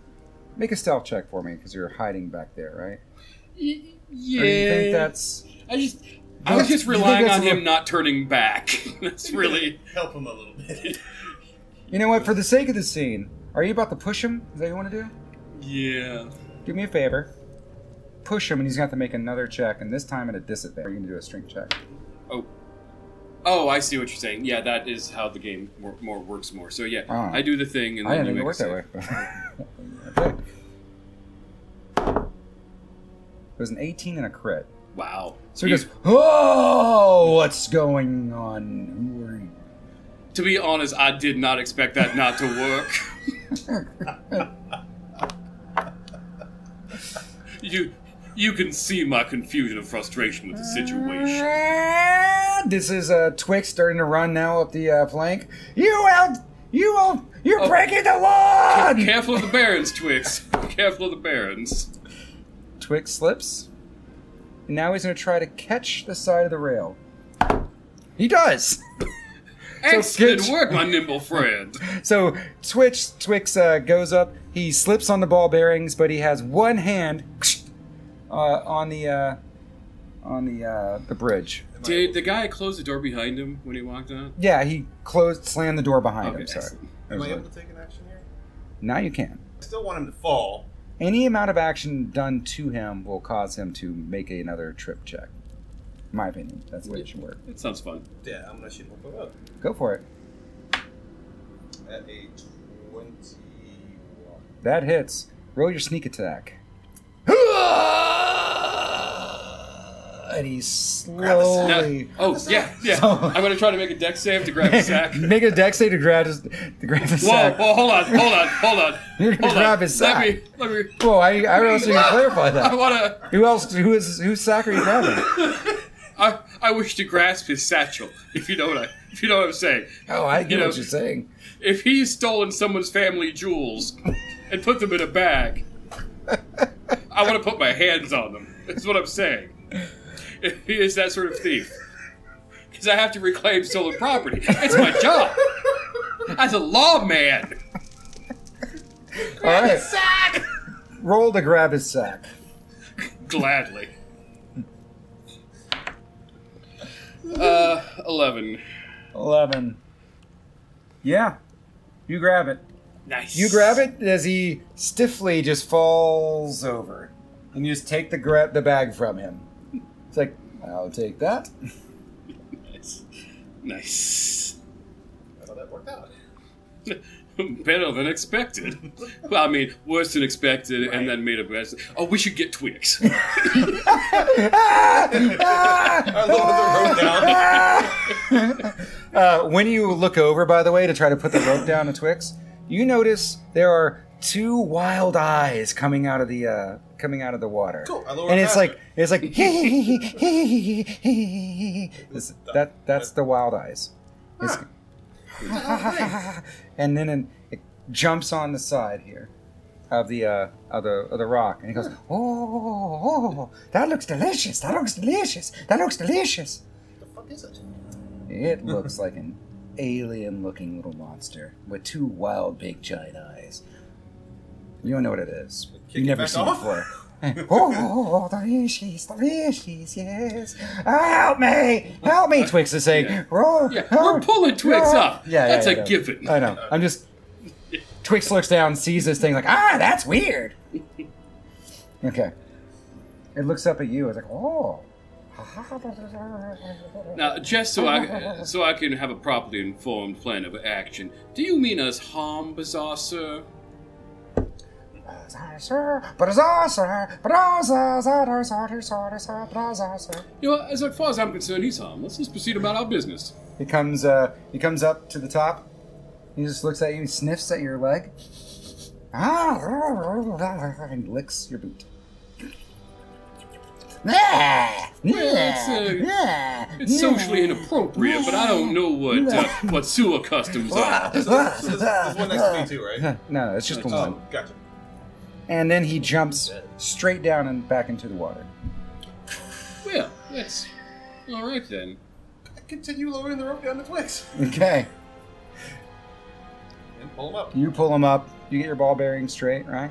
S1: make a stealth check for me because you're hiding back there, right?
S3: Y-
S1: Or
S3: Yeah.
S1: you think that's
S3: I just. I was just
S1: You think
S3: relying
S1: that's
S3: on
S1: a-
S3: him not turning back. That's really.
S5: Help him a little bit.
S1: you know what? For the sake of the scene, are you about to push him? Is that what you want to do?
S3: Yeah.
S1: Do me a favor, push him, and he's going to have to make another check, and this time at a disadvantage. You're going to do a strength check.
S3: Oh. Oh, I see what you're saying. Yeah, that is how the game more, more works more. So yeah,
S1: Ah.
S3: I do the thing and
S1: I
S3: then
S1: didn't
S3: you
S1: think it
S3: make a
S1: worked
S3: save.
S1: that way. okay. It was an 18 and a crit.
S3: Wow.
S1: So he
S3: You-
S1: goes, Oh, what's going on? Who are you?
S3: to be honest, I did not expect that not to work. you you can see my confusion and frustration with the situation.
S1: Ah, This is uh, Twix starting to run now up the uh, plank. You out! You will! You're breaking the law!
S3: Careful of the barons, Twix. Careful of the barons.
S1: Twix slips. And now he's going to try to catch the side of the rail. He does.
S3: Excellent
S1: good-
S3: work, my nimble friend.
S1: So Twix Twix uh, goes up. He slips on the ball bearings, but he has one hand uh, on the uh, on the uh, the bridge.
S3: Did the guy close the door behind him when he walked out?
S1: Yeah, he closed, slammed the door behind
S3: Okay,
S1: him. Sorry.
S3: excellent.
S1: I
S5: Am
S1: was
S5: I able
S1: like,
S5: to take an action here?
S1: now you can.
S5: I still want him to fall.
S1: Any amount of action done to him will cause him to make another trip check. In my opinion, that's the way it should work.
S3: That sounds fun.
S5: Yeah, I'm gonna shoot him both up.
S1: Go for it.
S5: At a twenty-one.
S1: That hits. Roll your sneak attack. And he slowly.
S3: Now- oh yeah, yeah.
S1: So-
S3: I'm gonna try to make a deck save to grab the Oh, sack. Whoa,
S1: Make a dex save to grab his, to grab his
S3: whoa,
S1: sack.
S3: hold on, hold on, hold on.
S1: You're gonna
S3: hold
S1: grab
S3: on.
S1: his
S3: Let
S1: sack.
S3: me, let me.
S1: Whoa, I, I don't know if you can clarify
S3: I
S1: that.
S3: wanna.
S1: Who else? Who is whose sack are you grabbing?
S3: I, I wish to grasp his satchel. If you know what I, if you know what I'm saying.
S1: Oh, I get
S3: You know-
S1: what you're saying.
S3: If he's stolen someone's family jewels and put them in a bag, I want to put my hands on them. That's what I'm saying. if he is that sort of thief. Because I have to reclaim stolen property. It's my job. As a lawman.
S1: All right. Roll to grab his sack.
S3: Gladly. Uh, 11.
S1: 11. Yeah. You grab it.
S3: Nice.
S1: You grab it as he stiffly just falls over. And you just take the gra- the bag from him. It's like, I'll take that.
S3: Nice. Nice.
S5: That's how that worked out.
S3: Better than expected. Well, I mean, worse than expected, and then made a best. Oh, we should get Twix.
S5: I lowered the rope down.
S1: Uh, when you look over, by the way, to try to put the rope down to Twix, you notice there are two wild eyes coming out of the uh, coming out of the water.
S5: Cool, I lowered
S1: And it's
S5: faster.
S1: like it's like It's- that that's the wild eyes. It's-
S5: Oh,
S1: and then it- it jumps on the side here of the uh, of the of the rock, and it goes, oh, oh, oh, that looks delicious! That looks delicious! That looks delicious!"
S5: What the fuck is it?
S1: It looks like an alien looking little monster with two wild, big, giant eyes. You don't know what it is.
S5: Kick
S1: You've
S5: it
S1: never
S5: back
S1: seen
S5: off?
S1: it before. oh, oh, oh, delicious, delicious, yes. Ah, help me! Help me, Twix is saying.
S3: Yeah.
S1: Roar,
S3: Yeah,
S1: roar,
S3: we're pulling Twix
S1: roar."
S3: up.
S1: Yeah, Uh, yeah,
S3: That's
S1: I
S3: a
S1: know.
S3: given.
S1: I know. I'm just. Twix looks down, sees this thing, like, ah, that's weird. Okay. It looks up at you. It's like, oh.
S3: Now, just so I so I can have a properly informed plan of action, do you mean us harm, Bazaar, sir?
S1: He
S3: You know, as far as I'm concerned, he's harmless. Let's proceed about our business.
S1: comes, uh, he comes up to the top. He just looks at you, sniffs at your leg, ah, and licks your boot.
S3: It's socially inappropriate, but I don't know what uh, what sewer customs are.
S5: So there's, there's one next to me too, right?
S1: No, it's just the one.
S5: Oh, gotcha.
S1: And then he jumps straight down and back into the water.
S3: Well, that's all right then.
S5: Continue lowering the rope down to Twix.
S1: Okay.
S5: And pull them up.
S1: You pull him up. You get your ball bearing straight, right?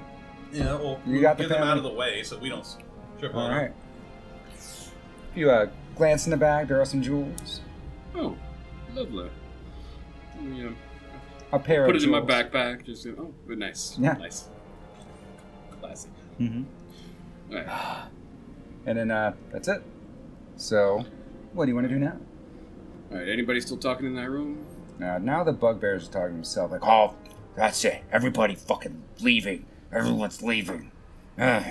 S5: Yeah, well,
S1: You got the
S5: get them
S1: family.
S5: out of the way so we don't s- trip
S1: All
S5: on
S1: right. If you uh, glance in the bag, there are some jewels.
S3: Oh, lovely. Yeah.
S1: A pair
S3: Put
S1: of
S3: it in my
S1: jewels.
S3: backpack. Just uh, oh, but nice.
S1: Yeah.
S3: Nice. Classic.
S1: Mhm.
S3: All right.
S1: And then uh, that's it. So, what do you want to do now?
S3: All right. Anybody still talking in that room?
S1: Now, now the bugbear's is talking to himself, like, oh, that's it. Everybody fucking leaving. Everyone's leaving. Ugh.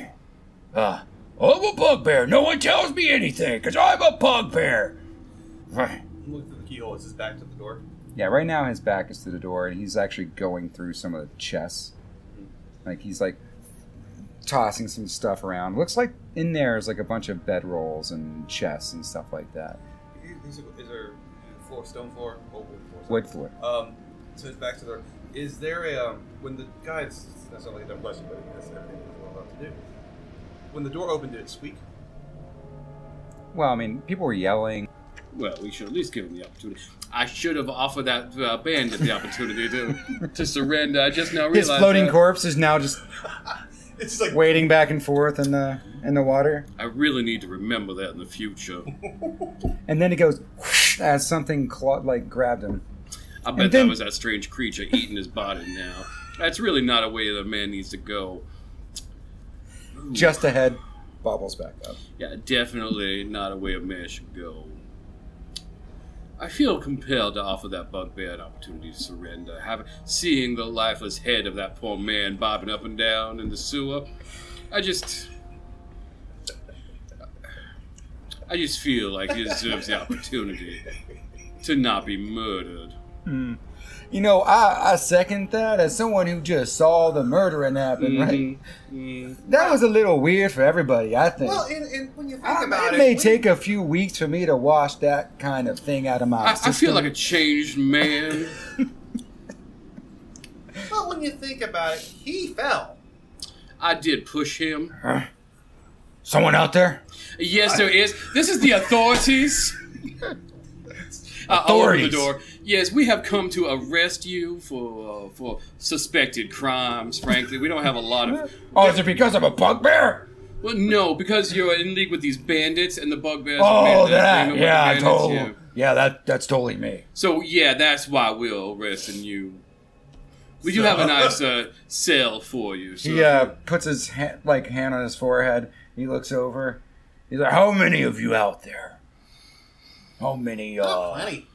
S1: Uh, I'm a bugbear. No one tells me anything because I'm a bugbear. Right.
S5: Look through the keyhole. Is his back to the door?
S1: Yeah, right now his back is to the door, and he's actually going through some of the chests. Like he's like tossing some stuff around. Looks like in there is like a bunch of bedrolls and chests and stuff like that.
S5: Is, there- is there floor, stone floor, or wood floor?
S1: Wood floor.
S5: Um, so it's back to the. Is there a um, when the guys? That's not like a dumb question, but that's everything we're about to do. When the door opened, did it squeak?
S1: Well, I mean, people were yelling.
S3: Well, we should at least give him the opportunity. I should have offered that uh, bandit the opportunity to to surrender. I just now
S1: His
S3: realized
S1: floating
S3: that.
S1: corpse is now just
S5: It's just like
S1: wading back and forth in the in the water,
S3: I really need to remember that in the future.
S1: and then he goes whoosh, as something claw- like grabbed him.
S3: I bet
S1: then-
S3: that was that strange creature eating his body now. That's really not a way that a man needs to go.
S1: Just ahead, bobbles back up.
S3: Yeah, definitely not a way a man should go. I feel compelled to offer that bugbear an opportunity to surrender. Have, seeing the lifeless head of that poor man bobbing up and down in the sewer, I just. I just feel like he deserves the opportunity to not be murdered.
S1: You know, I, I second that as someone who just saw the murdering happen,
S3: Mm-hmm.
S1: right? That was a little weird for everybody, I think.
S5: well, and, and when you think
S1: I-
S5: about
S1: Ah, it,
S5: it,
S1: may
S5: we-
S1: take a few weeks for me to wash that kind of thing out of my
S3: I,
S1: system.
S3: I feel like a changed man.
S5: Well, when you think about it, he fell.
S3: I did push him.
S6: Someone out there?
S3: Yes, there is. This is the authorities. Uh, I'll open the
S6: Authorities.
S3: door. Yes, we have come to arrest you for uh, for suspected crimes. Frankly, we don't have a lot of.
S6: Oh, is it because I'm a bugbear?
S3: Well, no, because you're in league with these bandits and the bugbears.
S6: Oh,
S3: bandits,
S6: that.
S3: with the
S6: Yeah,
S3: bandits, yeah.
S6: totally. Yeah, that that's totally me.
S3: So yeah, that's why we're arresting you. We do have a nice uh, cell for you. So.
S6: He uh, puts his ha- like hand on his forehead. He looks over. He's like, "How many of you out there? How many?"
S1: Oh.
S6: Uh,
S4: Oh, Plenty.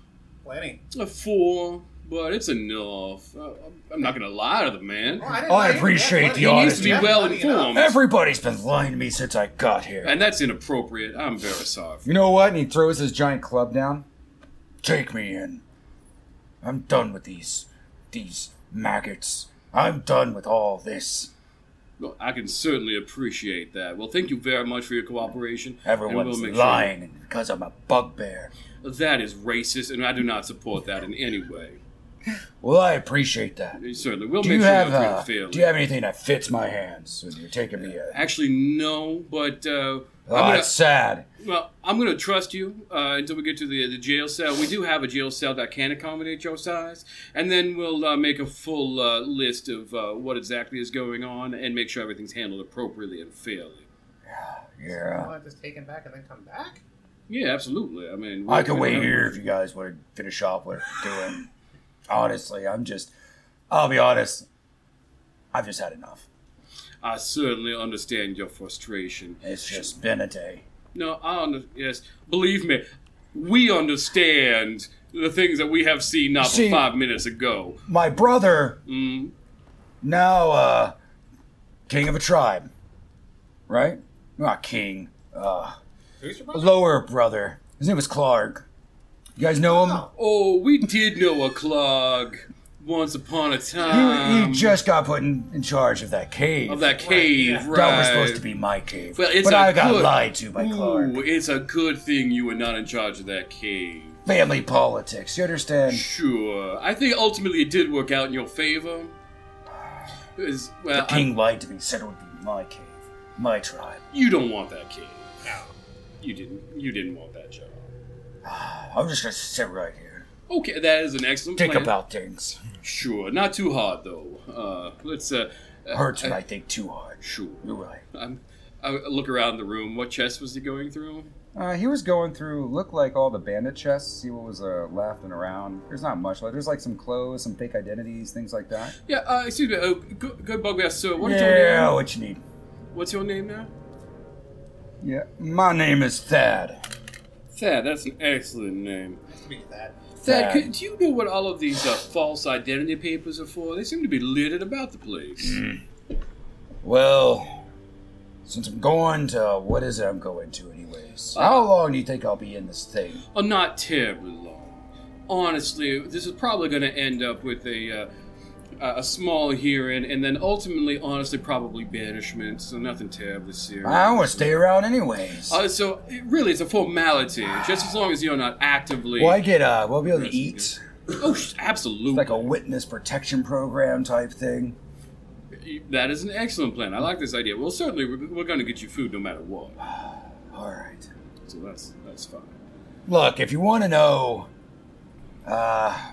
S4: Plenty.
S3: A four, but it's enough. Uh, I'm not gonna lie to the man.
S5: Oh,
S4: Well, Oh, didn't
S6: I
S4: know you had
S6: appreciate
S4: plenty.
S6: the
S3: He needs to be
S6: honesty.
S3: well
S4: Plenty enough.
S3: informed,
S6: everybody's been lying to me since I got here.
S3: and that's inappropriate. I'm very sorry. For
S6: You know what? And he throws his giant club down. Take me in. I'm done with these these maggots. I'm done with all this.
S3: Well, I can certainly appreciate that. Well, thank you very much for your cooperation. and we'll
S6: Everyone's
S3: make sure-
S6: lying because I'm a bugbear.
S3: That is racist, and I do not support that in any way.
S6: Well, I appreciate that.
S3: Certainly, we'll
S6: Do
S3: make
S6: you
S3: sure
S6: have
S3: you're treated
S6: uh,
S3: fairly.
S6: Do you have anything that fits my hands? When you're taking me. Uh,
S3: Actually, no, but uh,
S6: oh,
S3: I'm gonna,
S6: that's sad.
S3: well, I'm going to trust you uh, until we get to the the jail cell. We do have a jail cell that can accommodate your size, and then we'll uh, make a full uh, list of uh, what exactly is going on and make sure everything's handled appropriately and fairly.
S4: Well,
S6: Yeah.
S4: I'll just take him back and then come back?
S3: Yeah, absolutely. I mean,
S6: I
S3: we'll-
S6: could wait here if you guys want to finish off what we're doing. Honestly, I'm just. I'll be honest. I've just had enough.
S3: I certainly understand your frustration.
S6: It's just been a day.
S3: No, I under- yes. Believe me, we understand the things that we have seen not
S6: See-
S3: from five minutes ago.
S6: My brother,
S3: Mm,
S6: now uh, king of a tribe, right? Not king. Uh,
S4: Who's your brother?
S6: lower brother. His name was Clark. You guys know him?
S3: oh, we did know a clog once upon a
S6: He,
S3: time.
S6: he just got put in, in charge of that cave.
S3: Um, of that cave, right?
S6: That was supposed to be my cave.
S3: Well, it's
S6: but
S3: a
S6: I got
S3: good-
S6: lied to by Clark.
S3: Ooh, it's a good thing you were not in charge of that cave.
S6: Family politics, you understand?
S3: Sure, I think ultimately it did work out in your favor. It was- well,
S6: the king lied to me, said it would be my cave, my tribe.
S3: I- you don't want that cave.
S4: No.
S3: You didn't. You didn't want that job.
S6: I'm just gonna sit right here,
S3: Okay, that is an excellent
S6: think
S3: plan.
S6: about things.
S3: Sure, not too hard though. Uh, let's. Uh, uh,
S6: Hurts when I think too hard.
S3: Sure.
S6: You're right.
S3: I'm, I look around the room. What chest was he going through?
S6: Uh, he was going through, looked like all the bandit chests, see what was uh, left and around. There's not much left. There's like some clothes, some fake identities, things like that.
S3: Yeah. Uh, excuse me. Uh, good, good bugbear sir. What is
S6: yeah,
S3: your name?
S6: what you need?
S3: What's your name now?
S6: Yeah, my name is Thad.
S3: Thad. That's an excellent name.
S4: Nice to meet you, Thad.
S3: Thad,
S6: Thad.
S3: could, do you know what all of these uh, false identity papers are for? They seem to be littered about the place.
S6: Mm. Well, since I'm going to what is it I'm going to anyways?
S3: Uh,
S6: How long do you think I'll be in this thing?
S3: Oh, not terribly long. Honestly, this is probably going to end up with a uh, a small hearing, and then ultimately, honestly, probably banishment. So nothing terribly serious.
S6: I want to stay around anyways.
S3: Uh, so it really, it's a formality. Just as long as you're not actively.
S6: Well, I get uh, we'll be able to
S3: Interesting.
S6: eat
S3: Oh, sh- absolutely.
S6: like a witness protection program type thing.
S3: That is an excellent plan. I like this idea. Well, certainly, we're, we're going to get you food no matter what.
S6: All right.
S3: So that's that's fine.
S6: Look, if you want to know, uh,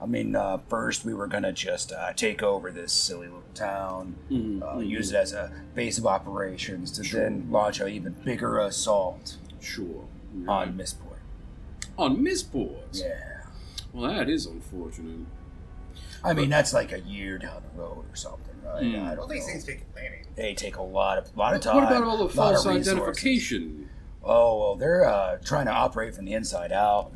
S6: I mean, uh, first we were gonna just uh, take over this silly little town,
S3: Mhm.
S6: uh, use it as a base of operations to then launch an even bigger assault
S3: Sure.
S6: on Missport.
S3: On Missports.
S6: Yeah.
S3: Well, that is unfortunate.
S6: I mean, that's like a year down the road or something, right?
S3: Hmm.
S6: I
S4: Well,
S6: don't
S4: these things
S6: know.
S4: take planning.
S6: They take a lot of lot of time.
S3: What about all the
S6: lot
S3: false
S6: of resources.
S3: identification?
S6: Oh well, they're uh, trying to operate from the inside out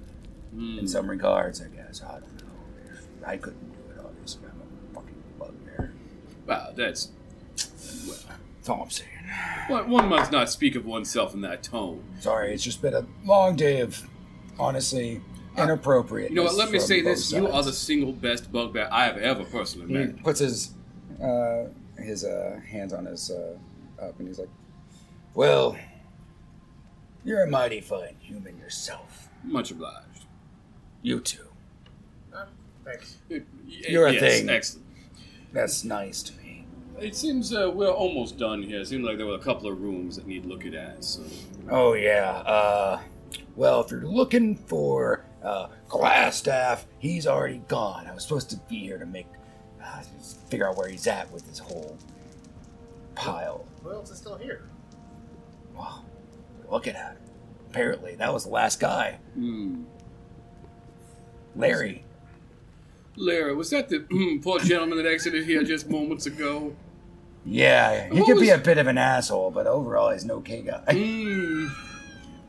S3: Mm.
S6: in some regards, I guess. I don't know. I couldn't do it, obviously. I'm a fucking bugbear.
S3: Wow, that's
S6: That's all I'm saying.
S3: one, one must not speak of oneself in that tone.
S6: Sorry, it's just been a long day of honestly inappropriate.
S3: You Uh, know what? Let me say this: you are the single best bugbear I have ever personally
S6: He
S1: Mm.
S3: met.
S6: puts his uh, his uh, hands on his uh, up, and he's like, "Well, you're a mighty fine human yourself.
S3: Much obliged.
S6: You too.
S4: Thanks.
S3: Y-
S6: You're a
S3: Eh, yes,
S6: thing.
S3: Excellent.
S6: That's nice to me.
S3: It seems uh, we're almost done here. It seemed like there were a couple of rooms that need looked at. So
S7: Oh yeah. Uh, well, if you're looking for uh, Glassstaff, he's already gone. I was supposed to be here to make uh, just figure out where he's at with his whole pile.
S4: Who else is still here?
S7: Wow, look at him. Apparently, that was the last guy,
S3: hmm.
S7: Larry.
S3: Lara, was that the hmm, poor gentleman that exited here just moments ago?
S7: Yeah, he
S3: What
S7: could be a
S3: was-
S7: bit of an asshole, but overall, he's an okay guy.
S3: Mm,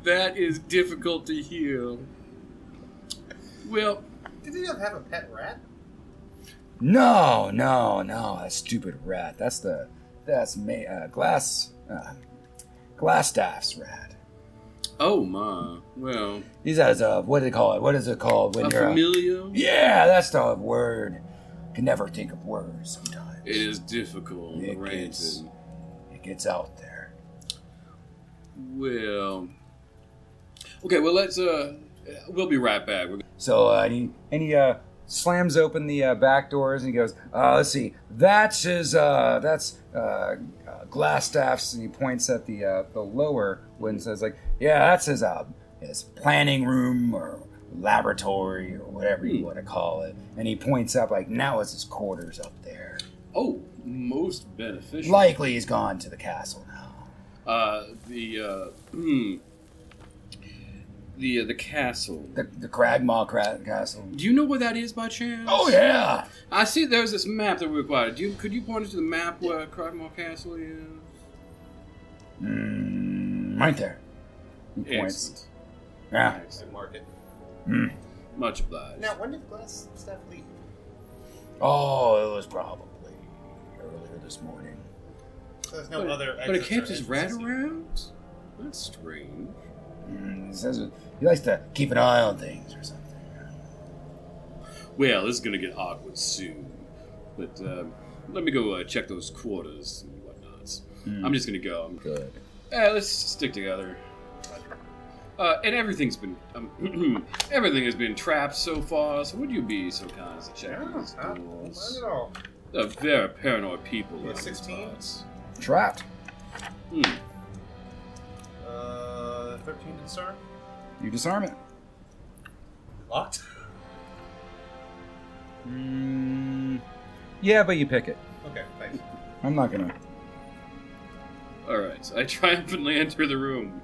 S3: that is difficult to hear. Well,
S4: Did he have a pet rat?
S7: No, no, no, that stupid rat. That's the that's ma- uh, glass uh, Glassstaff's rat.
S3: oh my, well,
S7: He's has a what do they call it? What is it called when
S3: a
S7: you're? A,
S3: familiar.
S7: yeah, that's the word. Can never think of words sometimes.
S3: It is difficult,
S7: It
S3: granted.
S7: is. It gets out there.
S3: Well, okay. Well, let's. uh We'll be right back. We're
S7: So uh, and he and he uh, slams open the uh, back doors and he goes, uh, "Let's see, that's his. Uh, that's uh, uh, Glassstaff's." And he points at the uh, the lower one and says, "Like, yeah, that's his uh, his planning room or laboratory or whatever
S3: Hmm.
S7: you want to call it." And he points up like, "Now it's his quarters up there.
S3: oh, most beneficial.
S7: Likely he's gone to the castle now."
S3: uh, the uh, hmm, the uh, the castle.
S7: The the Cragmaw Cra- Castle.
S3: Do you know where that is by chance?
S7: Oh yeah.
S3: I see. There's this map that we acquired. Do you, could you point us to the map where Cragmore Castle is?
S7: Mm, right there. He points.
S3: Excellent.
S7: Yeah.
S5: And mark it.
S7: Mm.
S3: Much obliged.
S4: Now, when did Glass Staff leave?
S7: Oh, it was probably earlier this morning.
S4: So there's no
S3: but,
S4: other.
S3: but it
S4: exits or
S3: kept his rat
S4: entrances.
S3: around. That's strange.
S7: Mm, he says he likes to keep an eye on things or something.
S3: Well, this is gonna get awkward soon. But uh, let me go uh, check those quarters and whatnots.
S7: Mm.
S3: I'm just gonna go. I'm
S7: Good.
S3: Eh, let's stick together. Uh, and everything's been um, everything has been trapped so far. So would you be so kind as to check
S4: Yeah,
S3: these
S4: huh? Not
S3: doors?
S4: at all.
S3: They're very paranoid people.
S4: Yeah,
S3: around these
S4: 16?
S3: parts.
S7: Trapped.
S3: Hmm.
S4: Uh, 13 to disarm?
S1: You disarm it.
S5: Locked?
S1: Mm, yeah, but you pick it.
S5: Okay, thanks.
S1: I'm not gonna.
S3: All right. So I triumphantly enter the room.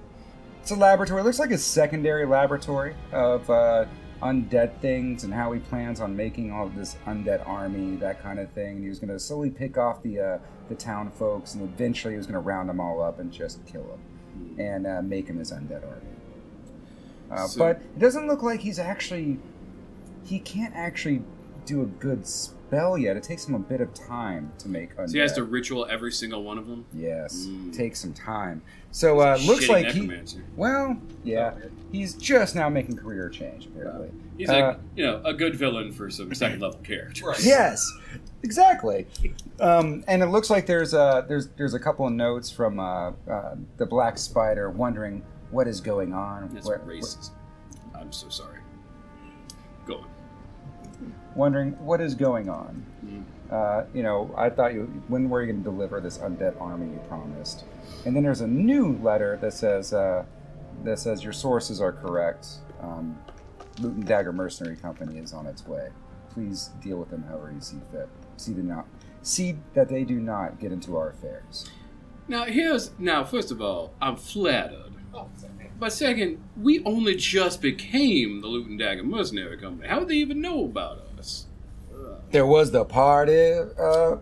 S1: It's a laboratory. It looks like a secondary laboratory of uh, undead things and how he plans on making all of this undead army, that kind of thing. And he was going to slowly pick off the uh, the town folks, and eventually he was going to round them all up and just kill them and uh, make him his undead army. Uh,
S3: So-
S1: but it doesn't look like he's actually. He can't actually do a good spell yet. It takes him a bit of time to make undead.
S3: So he has to ritual every single one of them.
S1: Yes,
S3: Mm.
S1: takes some time. So uh, looks
S3: Shitty
S1: like he.
S3: necromancer.
S1: Well, yeah, he's just now making career change apparently.
S3: He's
S1: Uh,
S3: like you know a good villain for some second level characters.
S5: Right.
S1: Yes, exactly. Um, and it looks like there's a there's there's a couple of notes from uh, uh, the Black Spider wondering what is going on,
S3: That's
S1: where-
S3: racist. I'm so sorry. Go on.
S1: wondering what is going on.
S3: Mm-hmm.
S1: Uh, you know, I thought you when were you going to deliver this undead army you promised? And then there's a new letter that says uh, that says your sources are correct. Um, Loot and Dagger Mercenary Company is on its way. Please deal with them however you see fit. See do not see that they do not get into our affairs.
S3: Now here's now first of all, I'm flattered.
S4: Oh, sorry.
S3: But second, we only just became the Loot and Dagger Mercenary Company. How would they even know about us?
S7: There was the party. Uh,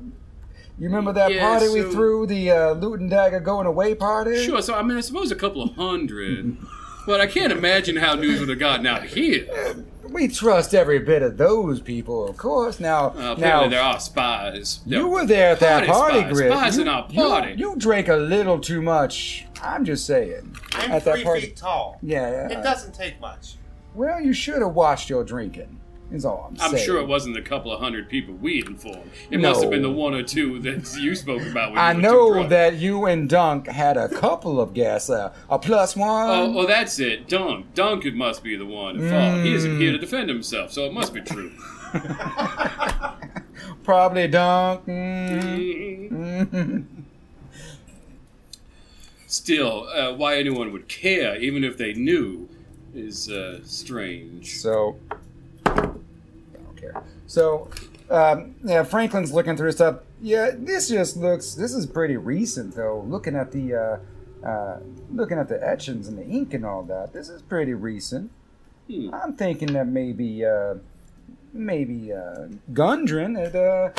S7: you remember that
S3: Yeah,
S7: party
S3: so-
S7: we threw the uh, loot and dagger going away party?
S3: Sure, so I mean, I suppose a couple of hundred, but I can't imagine how news would have gotten out here. Uh,
S7: We trust every bit of those people, of course. Now,
S3: Uh, apparently, there
S7: now
S3: are spies.
S7: you were there at that
S3: party
S7: party,
S3: spies,
S7: Griff.
S3: spies
S7: you,
S3: in our
S7: you-
S3: party.
S7: you drank a little too much. I'm just saying.
S4: I'm
S7: at
S4: three
S7: that party.
S4: feet tall.
S7: Yeah. uh,
S4: It doesn't take much.
S7: Well, you should have watched your drinking. Is all I'm,
S3: I'm
S7: saying.
S3: sure it wasn't the couple of hundred people we informed. It
S7: No.
S3: must have been the one or two that you spoke about. When
S7: I
S3: you were too
S7: know
S3: drunk.
S7: that you and Dunk had a couple of guests. Uh, a plus one.
S1: Um,
S3: Oh, oh, that's it. Dunk. Dunk it must be the one at fault. He isn't here to defend himself, so it must be true.
S1: Probably dunk. Mm, mm.
S3: Still, uh, why anyone would care, even if they knew, is uh, strange.
S1: So I don't care. So um, yeah, Franklin's looking through stuff. Yeah, this just looks. This is pretty recent though. Looking at the uh, uh, looking at the etchings and the ink and all that. This is pretty recent.
S3: Hmm.
S1: I'm thinking that maybe uh, maybe uh, Gundren had uh,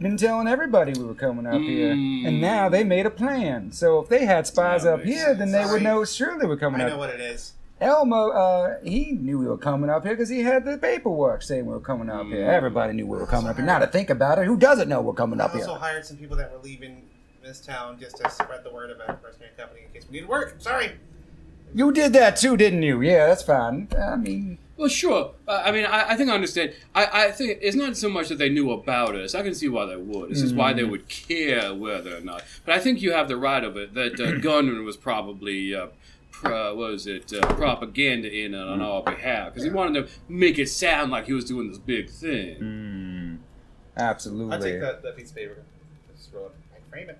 S1: been telling everybody we were coming up here, and now they made a plan. So if they had spies
S3: Hmm. That
S1: up
S3: makes
S1: here, then they would
S4: Sorry.
S1: know surely we're coming
S4: I
S1: up
S4: know what it is.
S1: Elmo, uh, he knew we were coming up here because he had the paperwork saying we were coming up
S3: Mm.
S1: here. Everybody knew we were coming up here. Now to think about it, who doesn't know we're coming
S4: I
S1: up here?
S4: also hired some people that were leaving this town just to spread the word about Mercenary Company in case we need work. Sorry.
S1: You did that too, didn't you? Yeah, that's fine. I mean,
S3: Well, sure. Uh, I mean, I, I think I understand. I, I think it's not so much that they knew about us. I can see why they would. It's just why
S1: Mm.
S3: they would care whether or not. But I think you have the right of it that uh, Gundren was probably. Uh, Pro, what was it? Uh, propaganda in on
S1: Mm.
S3: our behalf because he wanted to make it sound like he was doing this big thing.
S1: Mm.
S3: Hmm.
S1: absolutely.
S8: I take that, that piece of paper. I just roll it.
S4: I frame it.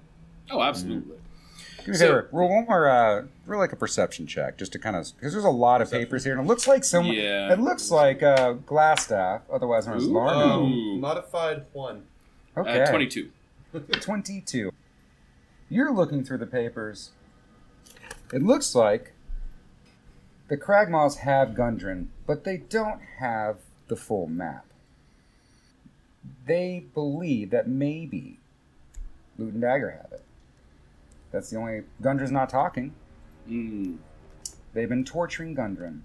S3: Oh, absolutely.
S1: Mm. Do me a
S3: So-
S1: favor, roll one more, uh, roll like a perception check, just to kind of, because there's a lot of papers here, and it looks like someone,
S3: Yeah.
S1: it looks like uh, Glassstaff, otherwise known as
S3: Ooh.
S1: Larno.
S3: Ooh.
S8: Um, modified one.
S1: Okay,
S3: Uh, Twenty-two.
S1: 22. You're looking through the papers. It looks like the Cragmaws have Gundren, but they don't have the full map. They believe that maybe Loot and Dagger have it. That's the only. Gundren's not talking.
S3: Mm.
S1: They've been torturing Gundren.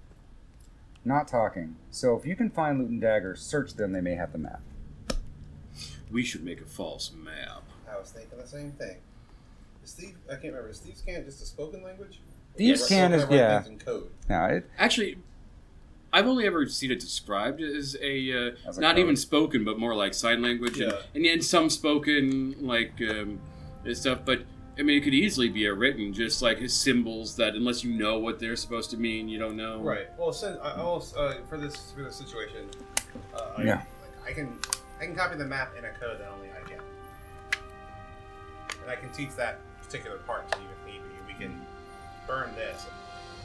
S1: Not talking. So if you can find Loot and Dagger, search them. They may have the map.
S3: We should make a false map.
S8: I was thinking the same thing. Is Steve, I can't remember. Is Thieves Can just a spoken language?
S1: Thieves'
S8: Yeah,
S1: Can
S8: I
S1: is-
S8: write
S1: yeah.
S8: things in code.
S1: Now, it,
S3: Actually, I've only ever seen it described as a, uh,
S1: As a
S3: not
S1: code.
S3: even spoken, but more like sign language, and
S8: Yeah.
S3: and then some spoken like um, and stuff. But I mean, it could easily be a written, just like symbols that unless you know what they're supposed to mean, you don't know.
S8: Right. Well, since I I also uh, for this for this situation, uh, I,
S1: Yeah.
S4: Like, I can I can copy the map in a code that only I can.
S8: and I can teach that particular part to you if need be. We can burn this.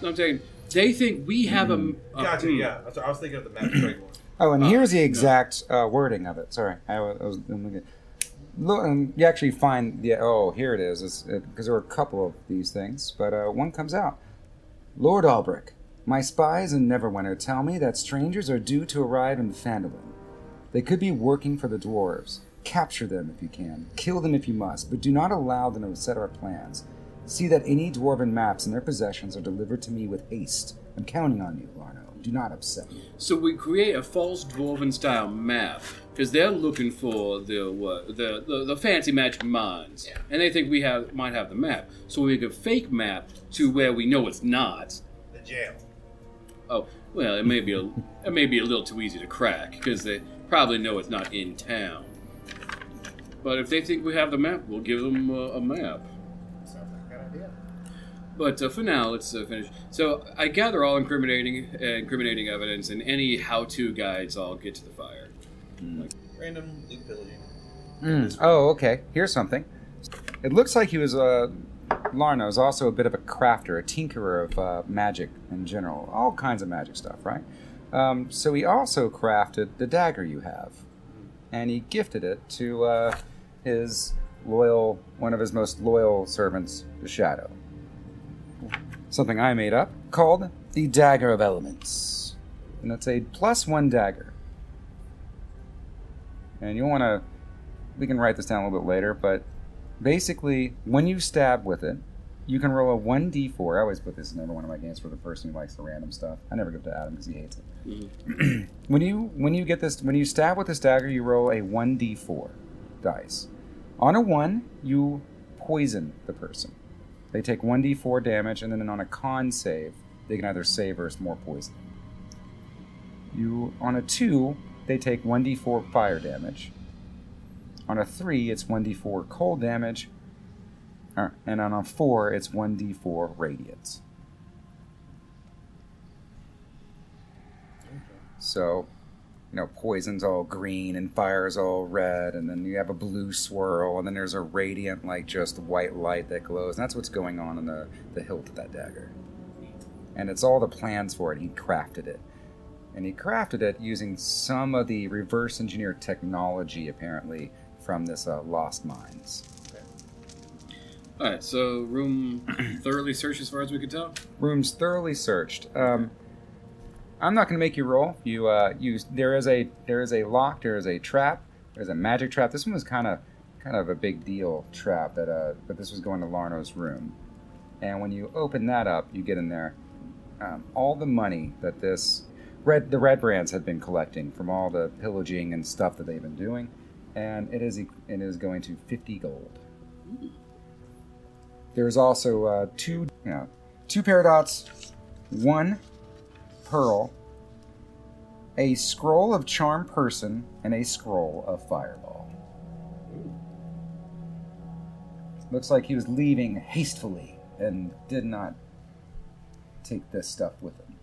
S3: No, I'm saying they think we have a m-
S5: Oh,
S3: a.
S8: Gotcha.
S5: hmm.
S3: mm.
S8: Yeah. That's what I was thinking of the map straight one.
S1: Oh, and
S3: Uh,
S1: here's the exact uh, wording of it. Sorry, I was, I was I'm looking. Look, and you actually find the. Oh, here it is. It's because there were a couple of these things, but uh, one comes out. Lord Albrick, my spies in Neverwinter tell me that strangers are due to arrive in Phandalin. They could be working for the dwarves. Capture them if you can. Kill them if you must, but do not allow them to set our plans. See that any dwarven maps in their possessions are delivered to me with haste. I'm counting on you, Larno. Do not upset me.
S3: So we create a false dwarven style map because they're looking for the, uh, the the the fancy magic mines, and they think we have might have the map. So we make a fake map to where we know it's not.
S4: The jail.
S3: Oh, well, it may be a it may be a little too easy to crack because they probably know it's not in town. But if they think we have the map, we'll give them uh, a map.
S4: Sounds like a good idea.
S3: But uh, for now, let's uh, finish. So I gather all incriminating uh, incriminating evidence and any how-to guides. I'll get to the fire.
S8: Random loot pillaging.
S1: Mm. Oh, okay. Here's something. It looks like he was Uh, Larno is also a bit of a crafter, a tinkerer of uh, magic in general, all kinds of magic stuff, right? Um, so he also crafted the dagger you have, and he gifted it to uh, his loyal, one of his most loyal servants, the Shadow. Something I made up called the Dagger of Elements, and that's a plus one dagger. And you want to we can write this down a little bit later, but basically, when you stab with it, you can roll a 1d4. I always put this in every one of my games for the person who likes the random stuff. I never give it to Adam because he hates it. when you when you get this when you stab with this dagger, you roll a 1d4 dice. On a 1, you poison the person. They take 1d4 damage and then on a con save, they can either save or it's more poison. You on a 2, they take 1d4 fire damage. On a 3, it's 1d4 cold damage. Or- And on a 4, it's 1d4 radiant. So, you know, poison's all green and fire's all red, and then you have a blue swirl, and then there's a radiant, like just white light that glows. And that's what's going on in the, the hilt of that dagger. And it's all the plans for it. He crafted it. And he crafted it using some of the reverse engineer technology, apparently, from this uh, Lost Mines.
S3: All right, so room thoroughly searched as far as we could tell.
S1: Room's thoroughly searched. Um, I'm not going to make you roll. You, uh, you. There is a there is a lock. There is a trap. There's a magic trap. This one was kind of kind of a big deal trap that. Uh, but this was going to Larno's room, and when you open that up, you get in there. Um, all the money that this red the red brands have been collecting from all the pillaging and stuff that they've been doing, and it is e- it is going to 50 gold. There's also uh, two you know, two paradots, one pearl, a scroll of charm person, and a scroll of fireball. Looks like he was leaving hastily and did not take this stuff with him.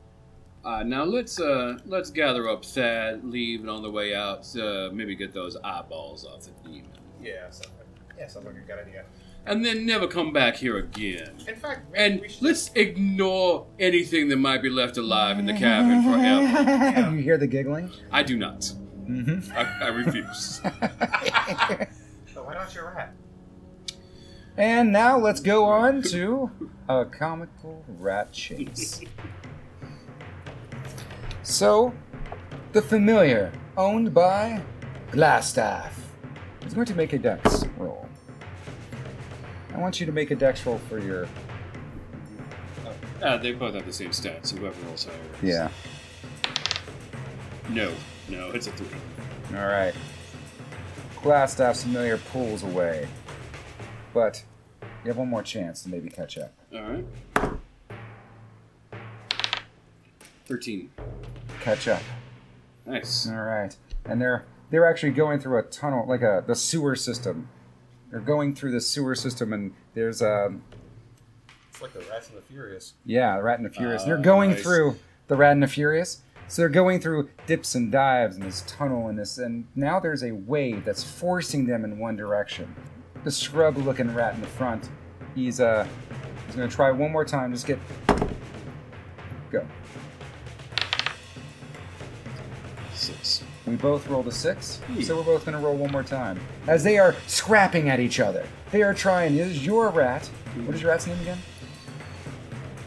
S3: Uh, now let's uh, let's gather up Thad, leave, and on the way out, uh, maybe get those eyeballs off the demon,
S4: Yeah, sounds like, yeah, sounds like a good idea.
S3: and then never come back here again.
S4: In fact, maybe
S3: And
S4: we should
S3: let's ignore anything that might be left alive in the cabin forever.
S1: you hear the giggling?
S3: I do not.
S1: Mm-hmm.
S3: I, I refuse.
S5: Oh,
S4: But why don't you rat?
S1: And now let's go on to a comical rat chase. so, the familiar, owned by Glastaff, is going to make a dex roll. I want you to make a dex roll for your.
S3: Uh, they both have the same stats. Whoever rolls higher. wins. No, no, it's a three.
S1: All right. Glastaff's familiar pulls away, but you have one more chance to maybe catch up.
S3: All right. Thirteen.
S1: Catch up.
S3: Nice.
S1: All right, and they're they're actually going through a tunnel, like a the sewer system. They're going through the sewer system, and there's um
S5: It's like the Rats and the Furious.
S1: yeah, the Rat and the Furious. and
S3: Ah,
S1: they're going
S3: nice.
S1: through the Rat and the Furious, so they're going through dips and dives in this tunnel and this, and now there's a wave that's forcing them in one direction. The scrub-looking rat in the front, he's uh he's gonna try one more time. Just get go.
S3: Six.
S1: We both rolled a six, so we're both going to roll one more time. As they are scrapping at each other, they are trying. It is your rat. What is your rat's name again?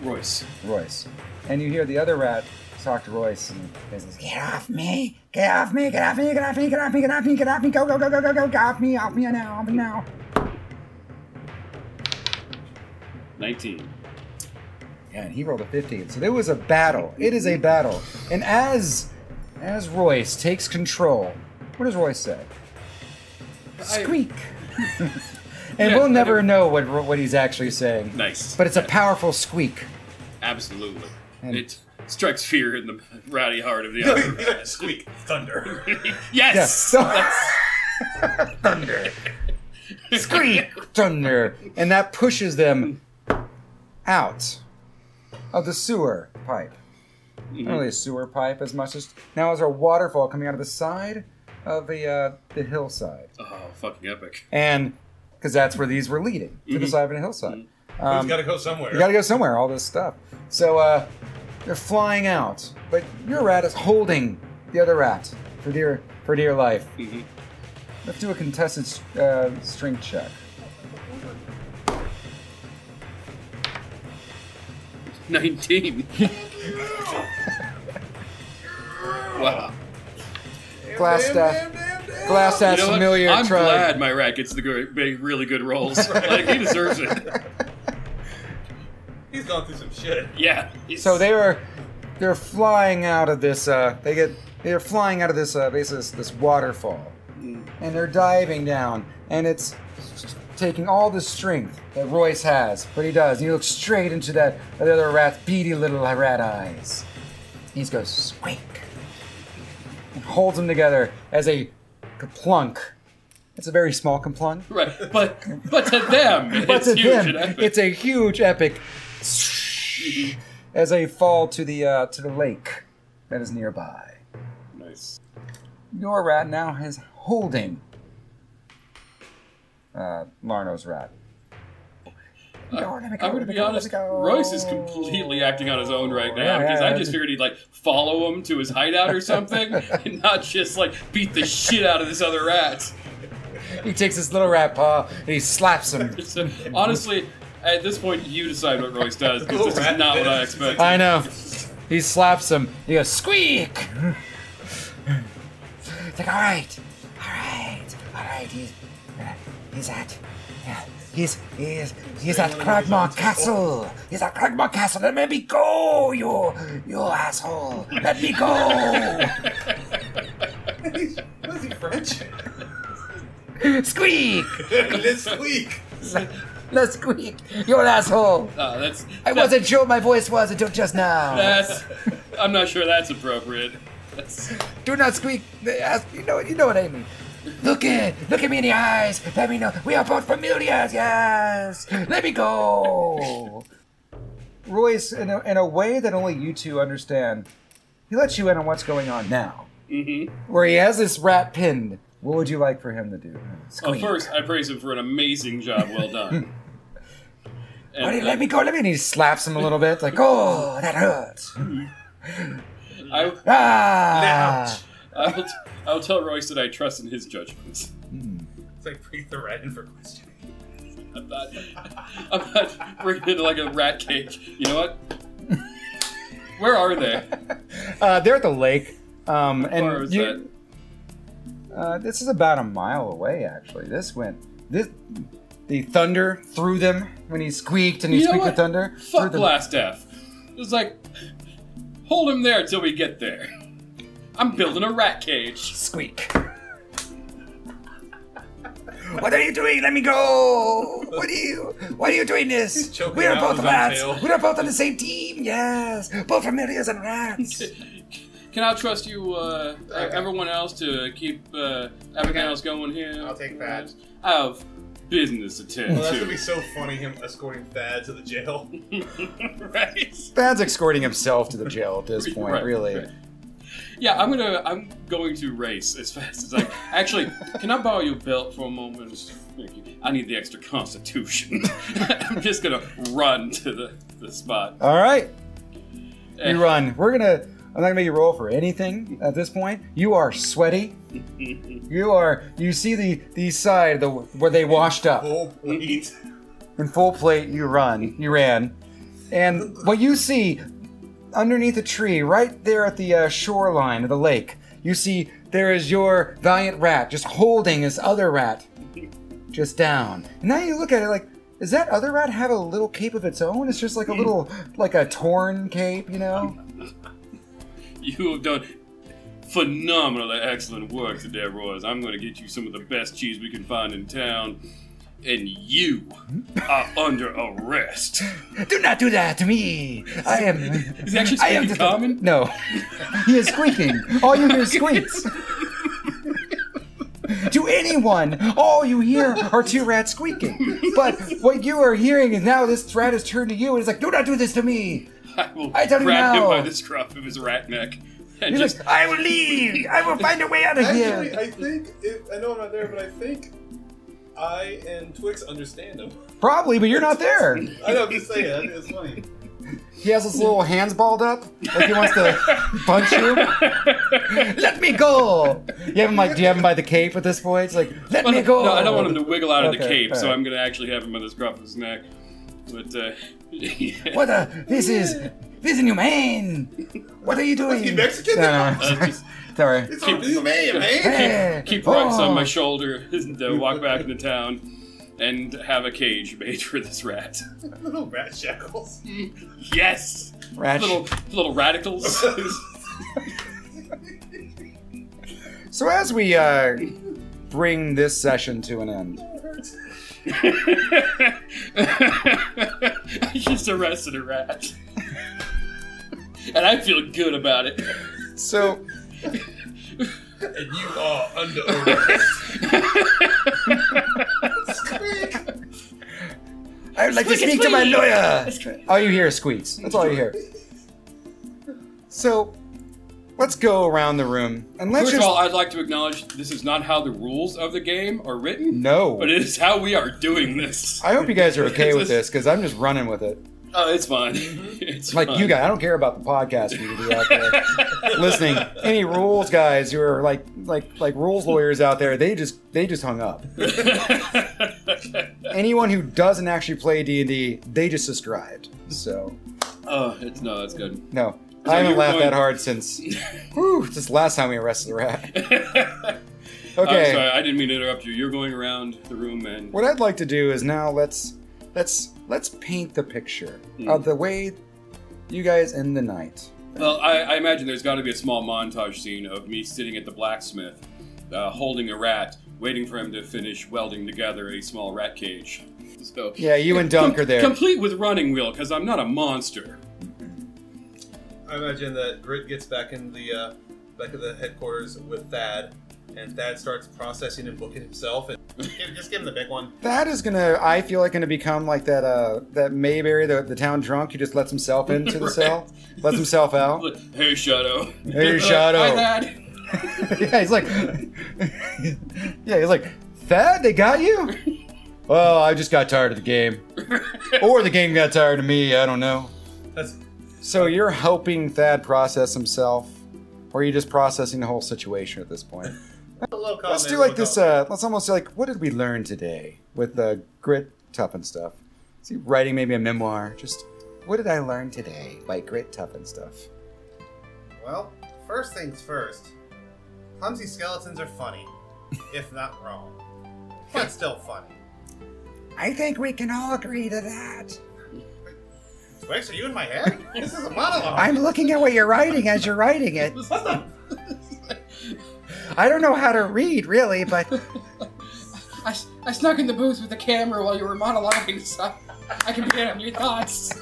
S3: Royce.
S1: Royce. And you hear the other rat talk to Royce, and he says, "Get off me! Get off me! Get off me! Get off me! Get off me! Get off me! Get off me! Go! Go! Go! Go! Go! Go! Get off me! Off me now! Off me now!"
S3: Nineteen.
S1: Yeah, and he rolled a 15. So there was a battle. It is a battle. And as as Royce takes control, what does Royce say? Squeak. and
S3: Yeah, I
S1: we'll never
S3: don't-
S1: know what Ro- what he's actually saying.
S3: Nice.
S1: But it's a powerful squeak.
S3: Absolutely.
S1: And-
S3: it strikes fear in the rowdy heart of the other. rat.
S5: Squeak! Thunder!
S3: yes.
S1: thunder. Squeak. Thunder. And that pushes them out of the sewer pipe.
S3: Mm-hmm.
S1: Not really a sewer pipe as much as now is our waterfall coming out of the side of the uh, the hillside,
S3: Oh, fucking epic.
S1: and because that's where these were leading to
S3: Mm-hmm.
S1: the side of a hillside.
S5: it's gotta go somewhere.
S1: Um, You gotta go somewhere, all this stuff. So uh, they're flying out, but your rat is holding the other rat for dear for dear life.
S3: Mhm.
S1: Let's do a contested uh, strength check.
S3: Nineteen. wow.
S1: Glass staff, glass staff,
S3: You know what?
S1: familiar.
S3: I'm
S1: tribe.
S3: glad my rat gets the good, big, really good rolls. like he deserves it.
S5: He's gone through some shit.
S3: Yeah.
S1: So they are they're flying out of this. Uh, they get they're flying out of this uh, basically this, this waterfall, and they're diving down, and it's taking all the strength that Royce has, but he does. And he looks straight into that that other rat's beady little rat eyes. He just goes squeak and holds them together as a plunk. It's a very small plunk.
S3: right, but but to them,
S1: But
S3: it's
S1: to
S3: huge
S1: them,
S3: and epic.
S1: it's a huge epic as they fall to the uh, to the lake that is nearby.
S3: nice.
S1: Your rat now is holding uh, Larno's rat. Yarn, let me go,
S3: I would
S1: let me
S3: be
S1: go, let
S3: honest.
S1: me go.
S3: Royce is completely acting on his own right now because I
S1: Yeah.
S3: just figured he'd like follow him to his hideout or something, and not just like beat the shit out of this other rat.
S1: He takes his little rat paw and he slaps him.
S3: So, honestly, at this point, you decide what Royce does because this is not what I expected.
S1: I know. He slaps him. He goes, squeak! It's like, alright, alright, alright, he's, uh, he's at, yeah, he's, he's, he's at Cragmore Castle! He's at Cragmore Castle! Let me go, you, you asshole! Let me go!
S4: What is he French?
S1: squeak!
S4: Let's squeak.
S1: No, squeak! You're an asshole!
S3: Uh, that's
S1: I wasn't sure my voice was until just now.
S3: That's. I'm not sure that's appropriate. That's,
S1: Do not squeak. Ask, you know, you know what I mean. Look at, look at me in the eyes. Let me know we are both familiars. Yes. Let me go.
S7: Royce, in a, in a way that only you two understand, he lets you in on what's going on now.
S3: mm-hmm.
S1: Where he has this rat pinned.
S7: What would you like for him to do?
S3: well, first, I praise him for an amazing job well done. And,
S1: Buddy, let me go. Let me. And he slaps him a little bit. Like, oh, that hurts.
S3: I,
S1: Ah.
S3: I, will t- I will tell Royce that I trust in his judgments.
S7: Hmm.
S4: It's like breathe the rat in for questioning.
S3: I'm not, I'm not bringing it like a rat cage. You know what? Where are they?
S7: Uh, they're at the lake. Um,
S3: Or is
S7: and you,
S3: that-
S7: uh, this is about a mile away, actually. This went. This, the thunder threw them when he squeaked and he
S3: You know
S7: squeaked
S3: what?
S7: the thunder. threw
S3: Fuck
S7: them-
S3: Blast F. It was like, hold him there till we get there. I'm building a rat cage.
S1: Squeak. What are you doing? Let me go! What are you? Why are you doing this?
S4: choking
S1: We are
S4: out
S1: both
S4: his own
S1: rats.
S4: tail.
S1: We are both on the same team. Yes, both familiars and rats.
S3: Can I trust you, uh, everyone else, to keep uh, everything else going here?
S4: I'll take that.
S3: I have business to attend
S5: Well, that's gonna be
S3: to.
S5: so funny. Him escorting Thad to the jail.
S3: right?
S1: Thad's escorting himself to the jail at this point.
S3: Right,
S1: really,
S3: right. Yeah, I'm gonna. I'm going to race as fast as I. Actually, can I borrow your belt for a moment? Thank you. I need the extra constitution. I'm just gonna run to the, the spot.
S7: All right,
S3: Eh.
S7: you run. We're gonna. I'm not gonna make you roll for anything at this point. You are sweaty. you are. You see the the side the where they washed up.
S5: Full plate.
S7: in full plate you run you ran and what you see underneath a tree right there at the uh, shoreline of the lake you see there is your valiant rat just holding this other rat just down and now you look at it like does that other rat have a little cape of its own it's just like a little like a torn cape you know
S3: You have done phenomenal, excellent work today, Royce. I'm gonna get you some of the best cheese we can find in town, and you
S1: Hmm?
S3: are under arrest.
S1: do not do that to me. I am.
S3: Is he actually
S1: I am
S3: speaking
S1: just-
S3: common?
S7: no he is squeaking all you hear is squeaks
S1: to anyone.
S7: all you hear are two rats squeaking but what you are hearing is now this rat has turned to you and it's like
S1: Do not do this to me.
S3: I will
S1: I don't
S3: grab him
S1: know.
S3: by the scruff of his rat neck and
S1: He's
S3: just
S1: like, I will leave. I will find a way out of
S5: Actually,
S1: here.
S5: I think if I know I'm not there, but I think I and Twix understand him.
S7: Probably, but you're not there.
S5: I know. I'm just saying. I think it's funny.
S7: He has his little hands balled up, like he wants to punch you. Let me go. You have him like, do you have him by the cape at this point? It's like, let
S3: Well,
S7: me
S3: no-
S7: go.
S3: No, I don't want him to wiggle out of the
S7: Okay,
S3: cape, so
S7: alright.
S3: I'm going to actually have him on the scruff of his neck. But, uh, yeah,
S1: What a, this is this is inhumane. What are you doing?
S5: He Mexican?
S7: No, no,
S3: uh, just
S7: sorry.
S5: It's all you, man, man.
S1: Eh,
S3: keep rocks
S1: oh,
S3: on my shoulder and uh, walk back into town and have a cage made for this rat.
S5: Little rat shackles.
S3: Yes!
S7: Ratch.
S3: Little little radicals.
S7: So as we uh, bring this session to an end,
S3: I just arrested a rat. And I feel good about it.
S7: so
S5: And you are under arrest.
S1: I would like to speak to my lawyer.
S7: all you hear is squeaks. That's all you hear. So Let's go around the room and let's
S3: First of
S7: just
S3: all, I'd like to acknowledge this is not how the rules of the game are written.
S7: no.
S3: But it is how we are doing this.
S7: I hope you guys are okay
S3: It's
S7: with
S3: just-
S7: this because I'm just running with it.
S3: Oh, it's fine. it's
S7: Mm-hmm. Like
S3: fine.
S7: you guys, I don't care about the podcast community out there listening. Any rules guys who are like like like rules lawyers out there, they just they just hung up. Anyone who doesn't actually play D and D, they just subscribed. So
S3: oh, it's no, that's good.
S7: no,
S3: So
S7: I haven't
S3: you're
S7: laughed
S3: going-
S7: that hard since whew, since last time we arrested a rat.
S3: I'm sorry,
S7: Okay,
S3: I didn't mean to interrupt you. You're going around the room and
S7: what I'd like to do is now let's let's let's paint the picture
S3: Hmm.
S7: of the way you guys end the night.
S3: well, I, I imagine there's got to be a small montage scene of me sitting at the blacksmith, uh, holding a rat, waiting for him to finish welding together a small rat cage. So
S7: Yeah, you and Dunk are there.
S3: complete with running wheel, because I'm not a monster.
S5: I imagine that Grit gets back in the uh, back of the headquarters with Thad, and Thad starts processing and booking himself. And
S4: Give- Just give him the big one.
S7: That is gonna, I feel like, gonna become like that uh that Mayberry, the, the town drunk who just lets himself into the cell, lets himself out.
S3: Hey, Shadow.
S7: Hey, Shadow.
S3: Hi, Dad.
S7: yeah, he's like, yeah, he's like, Thad, they got you. Well, I just got tired of the game, or the game got tired of me. I don't know.
S5: that's
S7: So you're helping Thad process himself, or are you just processing the whole situation at this point?
S4: A little comment,
S7: Let's do like
S4: little
S7: this.
S4: comment.
S7: Uh, let's almost like, what did we learn today with the uh, grit, tough, and stuff? Is he writing maybe a memoir? Just what did I learn today by grit, tough, and stuff? uh,
S4: Well, first things first. Clumsy skeletons are funny, if not wrong, but still funny.
S7: I think we can all agree to that.
S4: Twix, are you in my head? This is a monologue.
S7: I'm looking at what you're writing as you're writing it.
S4: What the?
S7: I don't know how to read really, but
S2: I, I snuck in the booth with the camera while you were monologuing, so I can get on your thoughts.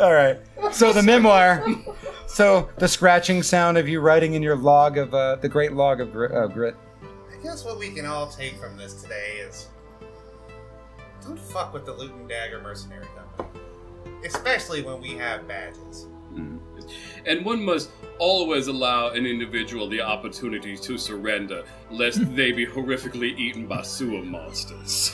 S7: all right. So the memoir. So the scratching sound of you writing in your log of uh, the great log of grit. Uh, grit.
S4: I guess what we can all take from this today is don't fuck with the Loot and Dagger Mercenary Company, especially when we have badges.
S3: And one must always allow an individual the opportunity to surrender, lest they be horrifically eaten by sewer monsters.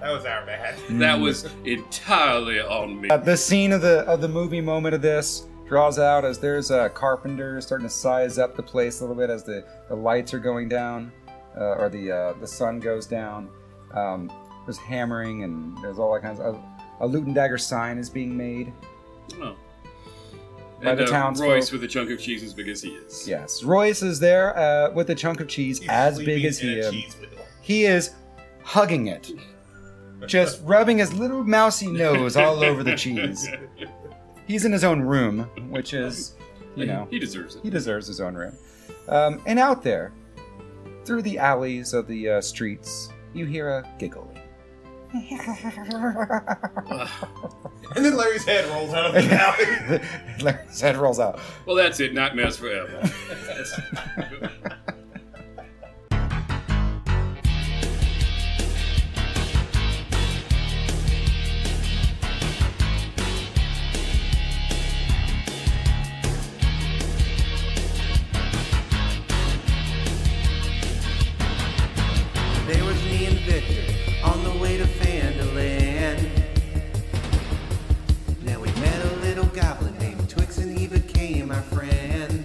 S4: That was our bad.
S3: That was entirely on me.
S7: Uh, Mm. the scene of the of the movie moment of this draws out as there's a carpenter starting to size up the place a little bit as the, the lights are going down uh, or the uh, the sun goes down. Um, there's hammering and there's all that kinds of a loot and dagger sign is being made.
S3: Oh.
S7: By
S3: and
S7: the
S3: uh,
S7: townsfolk.
S3: Royce with a chunk of cheeses because he is.
S7: Yes, Royce is there uh, with a chunk of cheese
S4: He's
S7: as big
S4: sleeping
S7: as he
S4: in a
S7: is.
S4: cheese wheel.
S7: He is hugging it, just rubbing his little mousy nose all over the cheese. He's in his own room, which is, you know,
S3: He deserves it.
S7: He deserves his own room. Um, and out there, through the alleys of the uh, streets, you hear a giggling.
S4: And then Larry's head rolls out of the alley.
S7: Larry's head rolls out.
S3: Well, that's it. Nightmares forever.
S9: There was me and Victor on the way to Fandaland. Now we met a little goblin named Twix and he became our friend.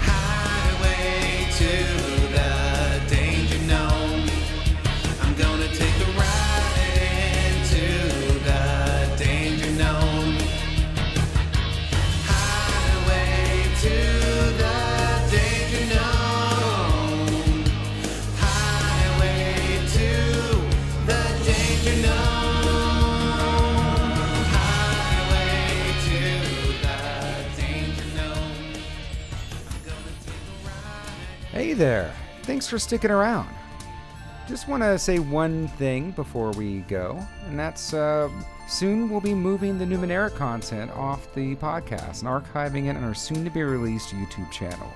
S9: Highway to the danger known. I'm gonna take a ride into the danger known. Highway to the danger known. Highway to the danger known. Highway to the danger known. I'm gonna take a ride.
S1: Hey there. Thanks for sticking around. Just want to say one thing before we go, and that's uh, soon we'll be moving the Numenera content off the podcast and archiving it on our soon to be released YouTube channel.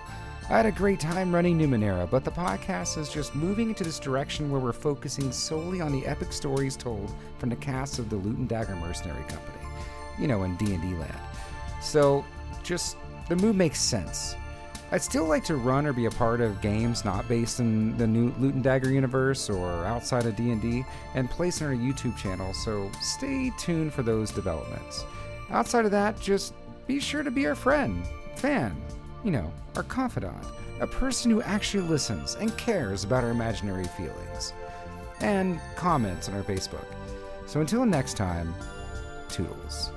S1: I had a great time running Numenera, but the podcast is just moving into this direction where we're focusing solely on the epic stories told from the cast of the Loot and Dagger Mercenary Company, you know, in D&D land. So just the move makes sense. I'd still like to run or be a part of games not based in the new Loot and Dagger universe or outside of D&D and place on our YouTube channel, so stay tuned for those developments. Outside of that, just be sure to be our friend, fan, you know, our confidant, a person who actually listens and cares about our imaginary feelings, and comments on our Facebook. So until next time, toodles.